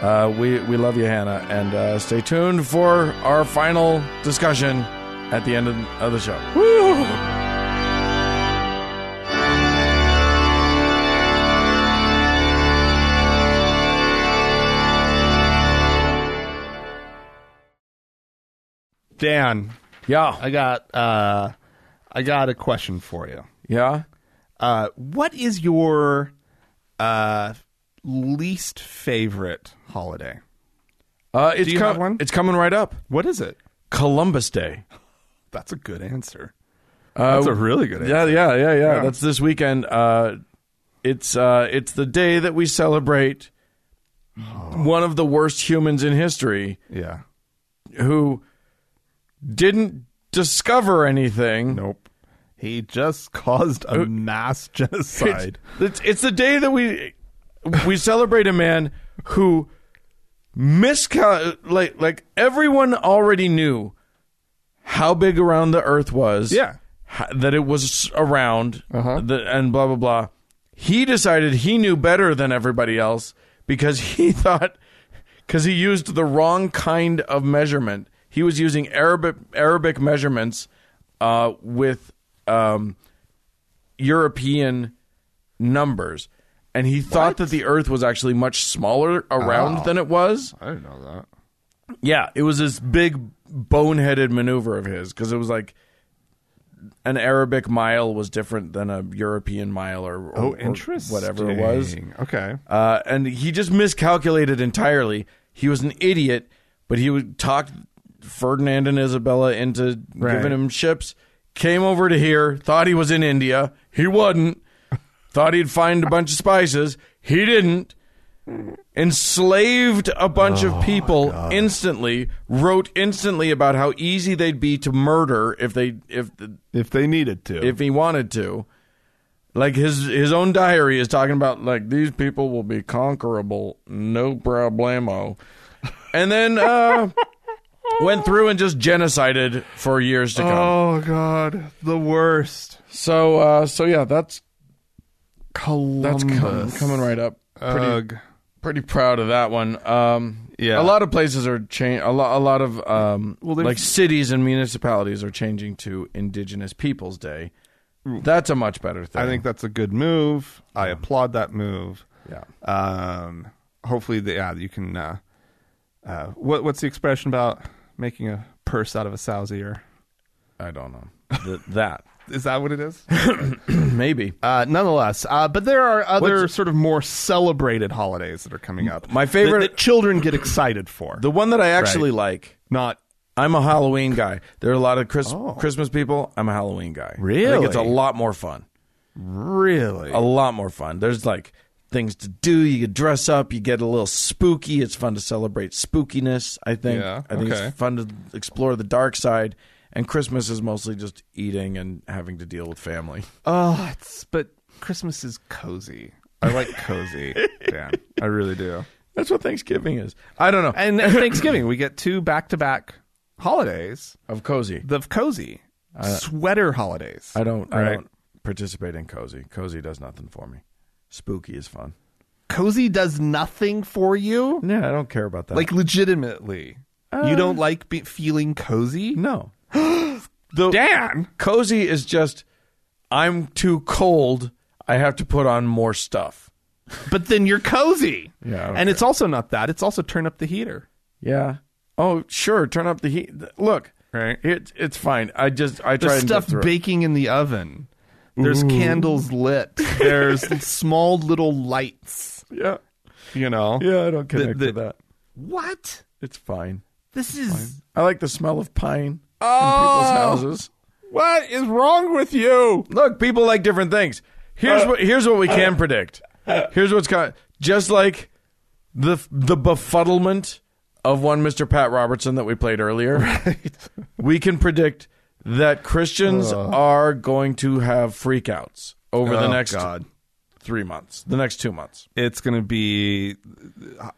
[SPEAKER 2] Uh, we we love you, Hannah, and uh, stay tuned for our final discussion at the end of, of the show.
[SPEAKER 1] Dan,
[SPEAKER 2] Yeah,
[SPEAKER 1] I got uh, I got a question for you.
[SPEAKER 2] yeah.
[SPEAKER 1] Uh, what is your uh, least favorite holiday?
[SPEAKER 2] Uh, it's
[SPEAKER 1] you
[SPEAKER 2] com-
[SPEAKER 1] have one?
[SPEAKER 2] It's coming right up.
[SPEAKER 1] What is it?
[SPEAKER 2] Columbus Day.
[SPEAKER 1] That's a good answer. That's a really good answer.
[SPEAKER 2] Yeah, yeah, yeah, yeah. That's this weekend. Uh, it's uh, it's the day that we celebrate one of the worst humans in history
[SPEAKER 1] Yeah.
[SPEAKER 2] who didn't discover anything.
[SPEAKER 1] Nope. He just caused a mass
[SPEAKER 2] It's,
[SPEAKER 1] genocide.
[SPEAKER 2] it's it's the day that we we celebrate a man who misca like like everyone already knew how big around the Earth was.
[SPEAKER 1] Yeah.
[SPEAKER 2] ho- that it was around the, and blah blah blah. He decided he knew better than everybody else because he thought because he used the wrong kind of measurement. He was using Arabic Arabic measurements uh, with um, European numbers, and he thought that the Earth was actually much smaller around than it was.
[SPEAKER 1] I didn't know that.
[SPEAKER 2] Yeah, it was this big boneheaded maneuver of his because it was like an Arabic mile was different than a European mile or, or-
[SPEAKER 1] Oh,
[SPEAKER 2] or
[SPEAKER 1] interesting.
[SPEAKER 2] whatever it was.
[SPEAKER 1] Okay.
[SPEAKER 2] Uh, and he just miscalculated entirely. He was an idiot, but he would talk Ferdinand and Isabella into
[SPEAKER 1] Right.
[SPEAKER 2] giving him ships. Came over to here, thought he was in India. He wasn't. Thought he'd find a bunch of spices. He didn't. Enslaved a bunch of people instantly. Wrote instantly about how easy they'd be to murder if they if
[SPEAKER 1] If they needed to.
[SPEAKER 2] if he wanted to. Like his his own diary is talking about like these people will be conquerable, no problemo. And then uh went through and just genocided for years to come.
[SPEAKER 1] oh god, the worst.
[SPEAKER 2] So uh so yeah, that's that's
[SPEAKER 1] Columbus.
[SPEAKER 2] com- coming right up. Pretty
[SPEAKER 1] Ugh.
[SPEAKER 2] pretty proud of that one. Um
[SPEAKER 1] Uh, Yeah.
[SPEAKER 2] a lot of places are changing a lot a lot of um
[SPEAKER 1] they've-
[SPEAKER 2] like cities and municipalities are changing to Indigenous Peoples Day. That's a much better thing.
[SPEAKER 1] I think that's a good move. I applaud that move.
[SPEAKER 2] yeah.
[SPEAKER 1] Um, hopefully, the, yeah, you can. Uh, uh, what what's the expression about making a purse out of a sow's ear?
[SPEAKER 2] I don't know. Th- that.
[SPEAKER 1] Is that what it is?
[SPEAKER 2] Maybe.
[SPEAKER 1] Uh, nonetheless, uh, but there are other
[SPEAKER 2] What's-
[SPEAKER 1] sort of more celebrated holidays that are coming up.
[SPEAKER 2] My favorite-
[SPEAKER 1] that, that children get excited for.
[SPEAKER 2] The one that I actually like,
[SPEAKER 1] not
[SPEAKER 2] I'm a Halloween guy. There are a lot of Chris- Christmas people. I'm a Halloween guy. I think it's a
[SPEAKER 1] Oh. Really?
[SPEAKER 2] lot more fun.
[SPEAKER 1] really.
[SPEAKER 2] A lot more fun. There's like things to do. You could dress up. You get a little spooky. It's fun to celebrate spookiness, I think.
[SPEAKER 1] Yeah,
[SPEAKER 2] I think
[SPEAKER 1] okay.
[SPEAKER 2] it's fun to explore the dark side. And Christmas is mostly just eating and having to deal with family.
[SPEAKER 1] Oh, it's but Christmas is cozy. I like cozy. Dan. I really do.
[SPEAKER 2] That's what Thanksgiving is. I don't know.
[SPEAKER 1] And at Thanksgiving, we get two back to back holidays
[SPEAKER 2] of cozy.
[SPEAKER 1] the cozy sweater holidays.
[SPEAKER 2] Uh, I don't. I
[SPEAKER 1] Right.
[SPEAKER 2] don't participate in cozy. Cozy does nothing for me. Spooky is fun.
[SPEAKER 1] cozy does nothing for you.
[SPEAKER 2] Yeah, I don't care about that.
[SPEAKER 1] Like legitimately, you don't like be- feeling cozy.
[SPEAKER 2] Uh, no,
[SPEAKER 1] The Dan,
[SPEAKER 2] cozy is just I'm too cold. I have to put on more stuff.
[SPEAKER 1] but then you're cozy.
[SPEAKER 2] Yeah, I don't
[SPEAKER 1] and it's also not that. It's also turn up the heater.
[SPEAKER 2] Yeah. Oh, sure. Turn up the heat. Th- Look,
[SPEAKER 1] Right.
[SPEAKER 2] It, it's fine. I just I try
[SPEAKER 1] There's
[SPEAKER 2] and
[SPEAKER 1] stuff
[SPEAKER 2] get through it.
[SPEAKER 1] baking in the oven. There's candles lit. There's small little lights.
[SPEAKER 2] Yeah.
[SPEAKER 1] You know.
[SPEAKER 2] Yeah, I don't
[SPEAKER 1] The-
[SPEAKER 2] connect
[SPEAKER 1] the-
[SPEAKER 2] to that.
[SPEAKER 1] What?
[SPEAKER 2] It's fine.
[SPEAKER 1] This is
[SPEAKER 2] I like the smell of pine
[SPEAKER 1] oh.
[SPEAKER 2] in people's houses.
[SPEAKER 1] What is wrong with you?
[SPEAKER 2] Look, people like different things.
[SPEAKER 1] Uh,
[SPEAKER 2] Here's what here's what we can predict. Here's what's has just like the the befuddlement of one Mr. Pat Robertson that we played earlier. We can predict that Christians are going to have freakouts over the
[SPEAKER 1] Uh. Oh,
[SPEAKER 2] next
[SPEAKER 1] God.
[SPEAKER 2] 3 months, the next 2 months.
[SPEAKER 1] It's gonna be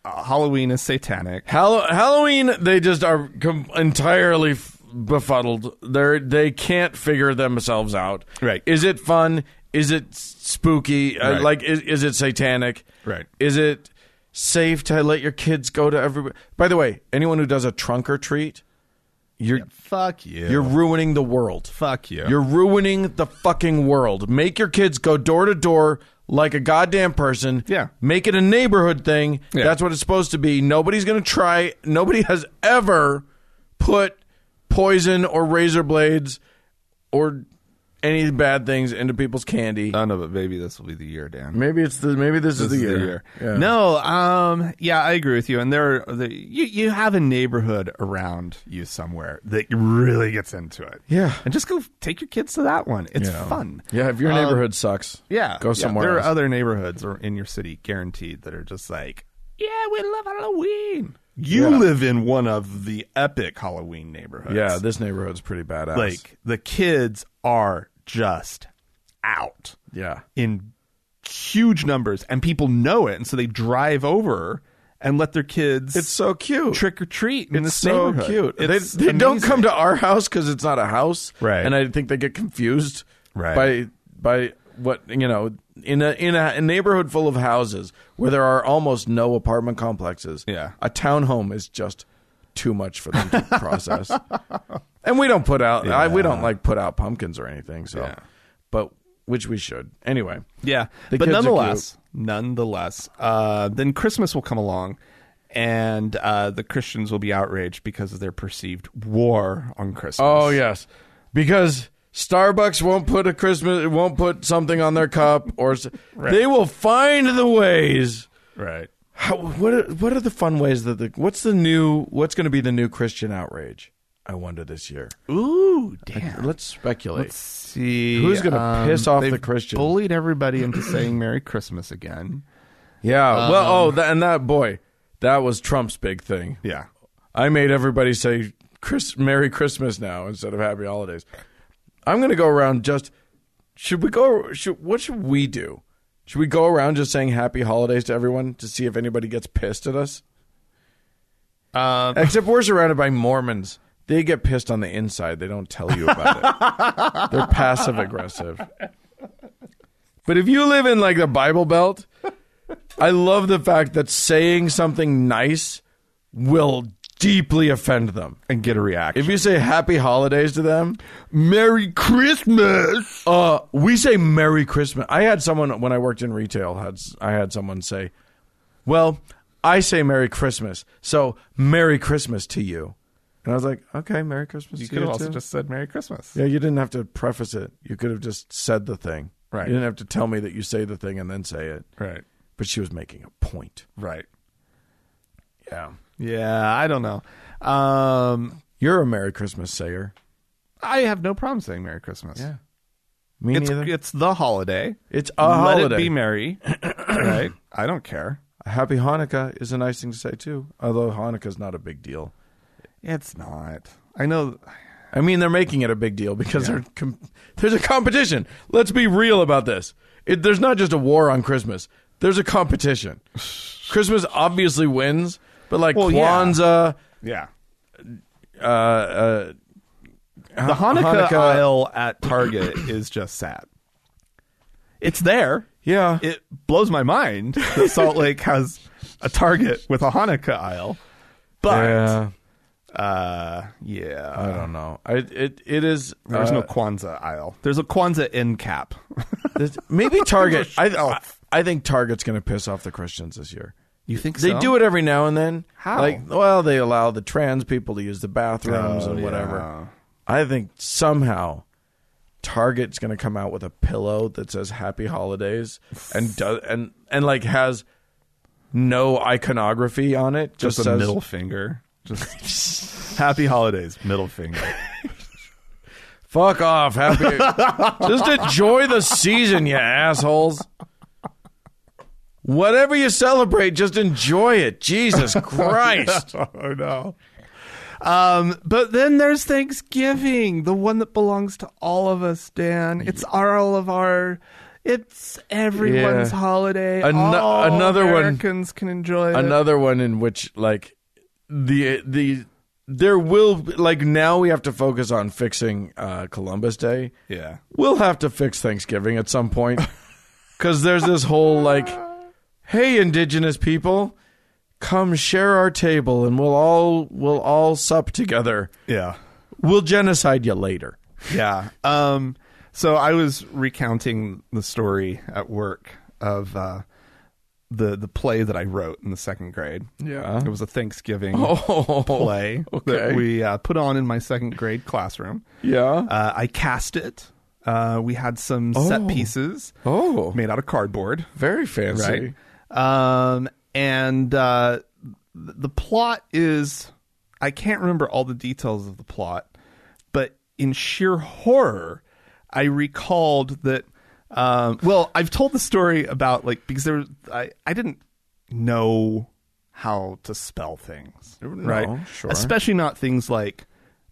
[SPEAKER 1] uh, Halloween is satanic.
[SPEAKER 2] Hall- Halloween they just are com- entirely f- befuddled. They they can't figure themselves out.
[SPEAKER 1] Right.
[SPEAKER 2] Is it fun? Is it s- spooky? Uh,
[SPEAKER 1] Right.
[SPEAKER 2] Like is, is it satanic?
[SPEAKER 1] Right.
[SPEAKER 2] Is it safe to let your kids go to every By the way, anyone who does a trunk or treat, you're
[SPEAKER 1] Fuck you.
[SPEAKER 2] you're ruining the world.
[SPEAKER 1] Fuck you.
[SPEAKER 2] You're ruining the fucking world. Make your kids go door to door like a goddamn person.
[SPEAKER 1] Yeah.
[SPEAKER 2] Make it a neighborhood thing.
[SPEAKER 1] Yeah.
[SPEAKER 2] That's what it's supposed to be. Nobody's going to try. Nobody has ever put poison or razor blades or any bad things into people's candy.
[SPEAKER 1] I know, but maybe this will be the year, Dan.
[SPEAKER 2] maybe it's the maybe this, is
[SPEAKER 1] This
[SPEAKER 2] the
[SPEAKER 1] is
[SPEAKER 2] year. Yeah.
[SPEAKER 1] No, um, yeah, I agree with you. And there, are, the, you you have a neighborhood around you somewhere that really gets into it.
[SPEAKER 2] Yeah.
[SPEAKER 1] and just go take your kids to that one. It's fun.
[SPEAKER 2] Yeah, if your
[SPEAKER 1] Um,
[SPEAKER 2] neighborhood sucks,
[SPEAKER 1] yeah,
[SPEAKER 2] go
[SPEAKER 1] yeah.
[SPEAKER 2] somewhere.
[SPEAKER 1] There
[SPEAKER 2] else.
[SPEAKER 1] are other neighborhoods or- in your city, guaranteed, that are just like, yeah, we love Halloween. You
[SPEAKER 2] Yeah.
[SPEAKER 1] live in one of the epic Halloween neighborhoods.
[SPEAKER 2] yeah, this neighborhood's pretty badass.
[SPEAKER 1] like the kids are just out
[SPEAKER 2] yeah,
[SPEAKER 1] in huge numbers and people know it and so they drive over and let their kids
[SPEAKER 2] it's so cute.
[SPEAKER 1] trick or treat in
[SPEAKER 2] It's
[SPEAKER 1] this
[SPEAKER 2] so
[SPEAKER 1] neighborhood.
[SPEAKER 2] cute.
[SPEAKER 1] It's
[SPEAKER 2] they they don't
[SPEAKER 1] amazing.
[SPEAKER 2] come to our house because it's not a house,
[SPEAKER 1] Right.
[SPEAKER 2] And I think they get confused
[SPEAKER 1] Right.
[SPEAKER 2] by by what you know in a in a neighborhood full of houses where there are almost no apartment complexes.
[SPEAKER 1] Yeah.
[SPEAKER 2] a townhome is just too much for them to process. And we don't put out. I, we don't like put out pumpkins or anything. So,
[SPEAKER 1] Yeah.
[SPEAKER 2] but which we should anyway.
[SPEAKER 1] Yeah,
[SPEAKER 2] The
[SPEAKER 1] but
[SPEAKER 2] kids are
[SPEAKER 1] nonetheless, nonetheless, uh, then Christmas will come along, and uh, the Christians will be outraged because of their perceived war on Christmas.
[SPEAKER 2] Oh yes, because Starbucks won't put a Christmas, won't put something on their cup, or s they will find the ways.
[SPEAKER 1] right.
[SPEAKER 2] How, what are, what are the fun ways that the what's the new what's going to be the new Christian outrage? I wonder this year.
[SPEAKER 1] Ooh, damn.
[SPEAKER 2] Let's speculate.
[SPEAKER 1] Oh, Let's see um,
[SPEAKER 2] Who's gonna piss off the
[SPEAKER 1] they've
[SPEAKER 2] Christians?
[SPEAKER 1] Bullied everybody into saying Merry Christmas again.
[SPEAKER 2] yeah. well, oh, tha- and that boy, that was Trump's big thing.
[SPEAKER 1] Yeah,
[SPEAKER 2] I made everybody say Chris, Merry Christmas now instead of Happy Holidays. I'm going to go around just. Should we go? Should, what should we do? Should we go around just saying Happy Holidays to everyone to see if anybody gets pissed at us?
[SPEAKER 1] Um,
[SPEAKER 2] Except we're surrounded by Mormons. They get pissed on the inside. They don't tell you about it. They're passive aggressive. But if you live in like the Bible Belt, I love the fact that saying something nice will deeply offend them.
[SPEAKER 1] and get a reaction.
[SPEAKER 2] If you say happy holidays to them,
[SPEAKER 1] Merry Christmas.
[SPEAKER 2] uh, we say Merry Christmas. I had someone when I worked in retail had I had someone say, "Well, I say Merry Christmas, so Merry Christmas to you." And I was like, "Okay, Merry Christmas
[SPEAKER 1] You
[SPEAKER 2] to
[SPEAKER 1] could
[SPEAKER 2] you
[SPEAKER 1] have also
[SPEAKER 2] too."
[SPEAKER 1] just said Merry Christmas.
[SPEAKER 2] yeah, you didn't have to preface it. You could have just said the thing.
[SPEAKER 1] Right.
[SPEAKER 2] You didn't have to tell me that you say the thing and then say it.
[SPEAKER 1] Right.
[SPEAKER 2] But she was making a point.
[SPEAKER 1] Right.
[SPEAKER 2] Yeah.
[SPEAKER 1] Yeah, I don't know. Um,
[SPEAKER 2] You're a Merry Christmas sayer.
[SPEAKER 1] I have no problem saying Merry Christmas.
[SPEAKER 2] Me
[SPEAKER 1] It's,
[SPEAKER 2] neither.
[SPEAKER 1] it's the holiday.
[SPEAKER 2] It's a
[SPEAKER 1] Let
[SPEAKER 2] holiday.
[SPEAKER 1] it be merry. right? I don't care.
[SPEAKER 2] Happy Hanukkah is a nice thing to say too, although Hanukkah's not a big deal.
[SPEAKER 1] It's not. I know.
[SPEAKER 2] I mean, they're making it a big deal because they're com- there's a competition. Let's be real about this. It, there's not just a war on Christmas. There's a competition. Christmas obviously wins, but like
[SPEAKER 1] Well, yeah.
[SPEAKER 2] Kwanzaa,
[SPEAKER 1] Yeah.
[SPEAKER 2] uh, uh,
[SPEAKER 1] The Hanukkah,
[SPEAKER 2] Hanukkah-
[SPEAKER 1] aisle at Target is just sad. It's there.
[SPEAKER 2] yeah,
[SPEAKER 1] It blows my mind that Salt Lake has a Target with a Hanukkah aisle. But
[SPEAKER 2] yeah.
[SPEAKER 1] uh yeah.
[SPEAKER 2] I don't know. I it it is.
[SPEAKER 1] There's
[SPEAKER 2] uh,
[SPEAKER 1] no Kwanzaa aisle. There's a Kwanzaa end cap.
[SPEAKER 2] this- maybe Target. I, I
[SPEAKER 1] shelf.
[SPEAKER 2] I think Target's going to piss off the Christians this year.
[SPEAKER 1] you think
[SPEAKER 2] They do it every now and then.
[SPEAKER 1] How?
[SPEAKER 2] Like, well, they allow the trans people to use the bathrooms
[SPEAKER 1] Oh,
[SPEAKER 2] and whatever.
[SPEAKER 1] yeah.
[SPEAKER 2] I think somehow Target's going to come out with a pillow that says "Happy Holidays" and does and and like has no iconography on it. Just,
[SPEAKER 1] Just a
[SPEAKER 2] says,
[SPEAKER 1] middle finger. Just happy holidays, middle finger.
[SPEAKER 2] "Fuck off, happy." just enjoy the season, you assholes. Whatever you celebrate, just enjoy it. Jesus Christ.
[SPEAKER 1] oh no. Um, but then there's Thanksgiving, the one that belongs to all of us, Dan. It's our, all of our. It's everyone's
[SPEAKER 2] Yeah.
[SPEAKER 1] holiday.
[SPEAKER 2] Ano-
[SPEAKER 1] All
[SPEAKER 2] another one-
[SPEAKER 1] Americans can enjoy it.
[SPEAKER 2] another one in which like the the there will like now we have to focus on fixing uh, Columbus Day.
[SPEAKER 1] Yeah.
[SPEAKER 2] We'll have to fix Thanksgiving at some point because there's this whole like, hey, indigenous people, come share our table and we'll all we'll all sup together.
[SPEAKER 1] Yeah.
[SPEAKER 2] We'll genocide you later.
[SPEAKER 1] yeah. Um, so I was recounting the story at work of uh, the the play that I wrote in the second grade.
[SPEAKER 2] Yeah.
[SPEAKER 1] it was a Thanksgiving
[SPEAKER 2] Oh,
[SPEAKER 1] play
[SPEAKER 2] okay.
[SPEAKER 1] that we uh, put on in my second grade classroom.
[SPEAKER 2] Yeah.
[SPEAKER 1] Uh, I cast it. Uh, we had some set pieces
[SPEAKER 2] Oh,
[SPEAKER 1] made out of cardboard
[SPEAKER 2] very fancy.
[SPEAKER 1] right? Um, and uh, th- the plot is I can't remember all the details of the plot, but in sheer horror, I recalled that. Um, well, I've told the story about like because there was, I I didn't know how to spell things, right?
[SPEAKER 2] Oh, sure.
[SPEAKER 1] Especially not things like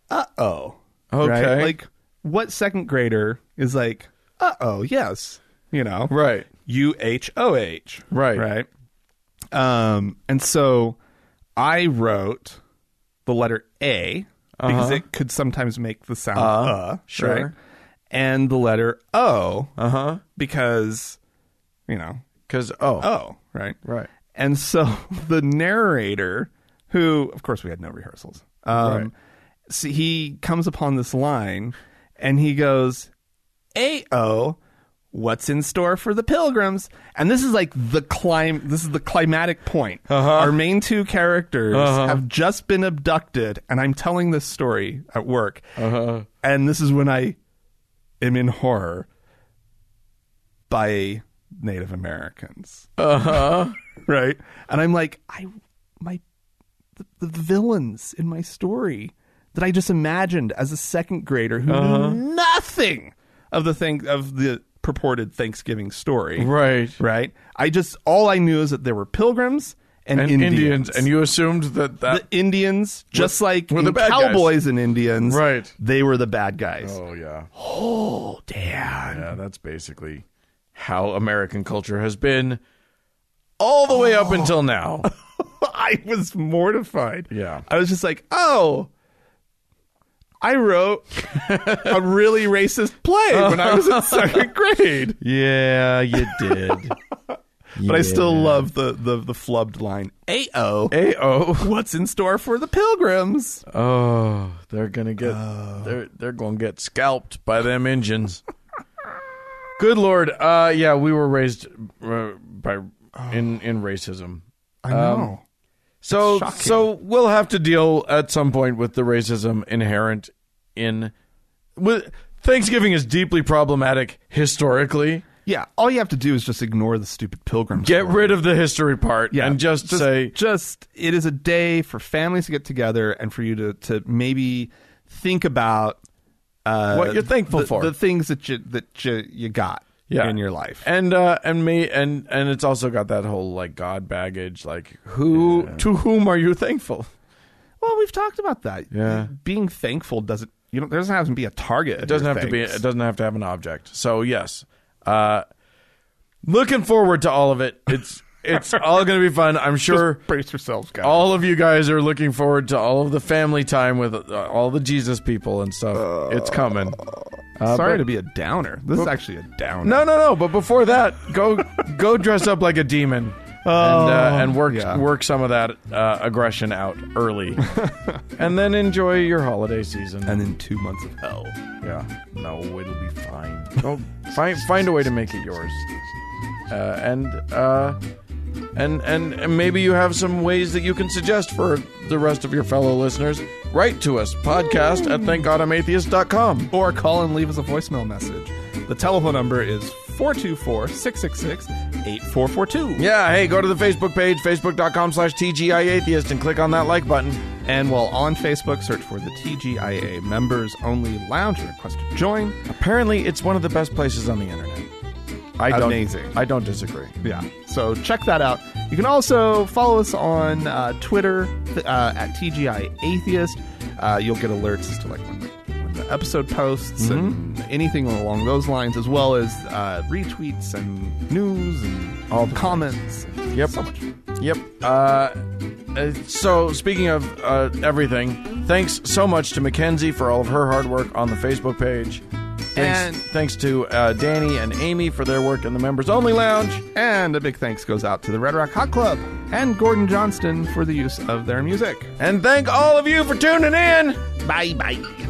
[SPEAKER 1] uh oh.
[SPEAKER 2] Okay.
[SPEAKER 1] Like what second grader is like uh oh yes you know
[SPEAKER 2] Right.
[SPEAKER 1] U H O H.
[SPEAKER 2] Right.
[SPEAKER 1] Right. Um, and so I wrote the letter A because it could sometimes make the sound uh,
[SPEAKER 2] Uh-huh. sure.
[SPEAKER 1] right? And the letter O
[SPEAKER 2] Uh huh.
[SPEAKER 1] because, you know,
[SPEAKER 2] Because oh,
[SPEAKER 1] O, right?
[SPEAKER 2] Right.
[SPEAKER 1] And so the narrator, who, of course, we had no rehearsals, um,
[SPEAKER 2] Right.
[SPEAKER 1] so he comes upon this line and he goes, "Ao, what's in store for the pilgrims?" And this is like the climb. This is the climatic point.
[SPEAKER 2] Uh-huh.
[SPEAKER 1] Our main two characters have just been abducted, and I'm telling this story at work.
[SPEAKER 2] Uh-huh.
[SPEAKER 1] And this is when I am in horror by Native Americans. Uh
[SPEAKER 2] Uh-huh.
[SPEAKER 1] huh. right, and I'm like, I my the, the villains in my story that I just imagined as a second grader who
[SPEAKER 2] Uh-huh.
[SPEAKER 1] knew nothing of the thing of the purported Thanksgiving story.
[SPEAKER 2] right.
[SPEAKER 1] Right. I just all I knew is that there were pilgrims and,
[SPEAKER 2] and Indians.
[SPEAKER 1] Indians.
[SPEAKER 2] and you assumed that that
[SPEAKER 1] the Indians, just like
[SPEAKER 2] were the
[SPEAKER 1] in
[SPEAKER 2] bad guys.
[SPEAKER 1] cowboys and Indians,
[SPEAKER 2] Right.
[SPEAKER 1] They were the bad guys.
[SPEAKER 2] oh yeah
[SPEAKER 1] Oh damn!
[SPEAKER 2] yeah that's basically how American culture has been all the way
[SPEAKER 1] Oh.
[SPEAKER 2] up until now.
[SPEAKER 1] I was mortified.
[SPEAKER 2] Yeah.
[SPEAKER 1] I was just like, oh, I wrote a really racist play when I was in second grade.
[SPEAKER 2] yeah, you did.
[SPEAKER 1] But I still love the the, the flubbed line. Ao,
[SPEAKER 2] Ao.
[SPEAKER 1] what's in store for the pilgrims?
[SPEAKER 2] Oh, they're gonna get
[SPEAKER 1] Oh.
[SPEAKER 2] they're they're gonna get scalped by them engines. Good lord. Uh, yeah, we were raised uh, by
[SPEAKER 1] Oh.
[SPEAKER 2] in in racism.
[SPEAKER 1] I know.
[SPEAKER 2] So
[SPEAKER 1] Shocking.
[SPEAKER 2] so we'll have to deal at some point with the racism inherent in with Thanksgiving is deeply problematic historically.
[SPEAKER 1] yeah, all you have to do is just ignore the stupid pilgrims.
[SPEAKER 2] Get rid of the history part
[SPEAKER 1] yeah,
[SPEAKER 2] and just, say
[SPEAKER 1] just it is a day for families to get together and for you to to maybe think about uh,
[SPEAKER 2] What you're thankful
[SPEAKER 1] the-
[SPEAKER 2] for.
[SPEAKER 1] the things that you that you, you got
[SPEAKER 2] yeah.
[SPEAKER 1] in your life.
[SPEAKER 2] And uh and me and and it's also got that whole like god baggage like who to whom are you thankful?
[SPEAKER 1] Well, we've talked about that.
[SPEAKER 2] Yeah.
[SPEAKER 1] being thankful doesn't you know there doesn't have to be a target.
[SPEAKER 2] It doesn't have to be it doesn't have to have an object. So yes. Uh looking forward to all of it. It's it's all going to be fun. I'm sure.
[SPEAKER 1] Brace yourselves, guys.
[SPEAKER 2] all of you guys are looking forward to all of the family time with uh, all the Jesus people and stuff. it's coming. Uh,
[SPEAKER 1] Sorry
[SPEAKER 2] but-
[SPEAKER 1] to be a downer. This is actually a downer.
[SPEAKER 2] No, no, no. But before that, go go dress up like a demon. and, uh, and work
[SPEAKER 1] yeah.
[SPEAKER 2] work some of that uh, aggression out early, and then enjoy your holiday season.
[SPEAKER 1] And then two months of hell.
[SPEAKER 2] yeah, no, it'll be fine. Go find find a way to make it yours, uh, and uh, and and and maybe you have some ways that you can suggest for the rest of your fellow listeners. Write to us podcast at thankgodimatheist.com.
[SPEAKER 1] Or call and leave us a voicemail message. The telephone number is 424 666 8442.
[SPEAKER 2] Yeah, hey, go to the Facebook page, facebook.com slash TGIAtheist, and click on that like button.
[SPEAKER 1] And while on Facebook, search for the TGIA Members Only Lounge and request to join.
[SPEAKER 2] Apparently, it's one of the best places on the internet. I don't,
[SPEAKER 1] Amazing.
[SPEAKER 2] I don't disagree.
[SPEAKER 1] Yeah, so check that out. You can also follow us on uh, Twitter uh, at TGI Atheist. Uh, you'll get alerts as to like when, when the episode posts
[SPEAKER 2] Mm-hmm.
[SPEAKER 1] and anything along those lines, as well as uh, retweets and news and all the comments.
[SPEAKER 2] Yep.
[SPEAKER 1] So much.
[SPEAKER 2] Yep. Uh, uh, so, speaking of uh, everything, thanks so much to Mackenzie for all of her hard work on the Facebook page. Thanks,
[SPEAKER 1] And-
[SPEAKER 2] thanks to uh, Danny and Amy for their work in the Members Only Lounge.
[SPEAKER 1] And a big thanks goes out to the Red Rock Hot Club and Gordon Johnston for the use of their music.
[SPEAKER 2] And thank all of you for tuning in.
[SPEAKER 1] Bye bye.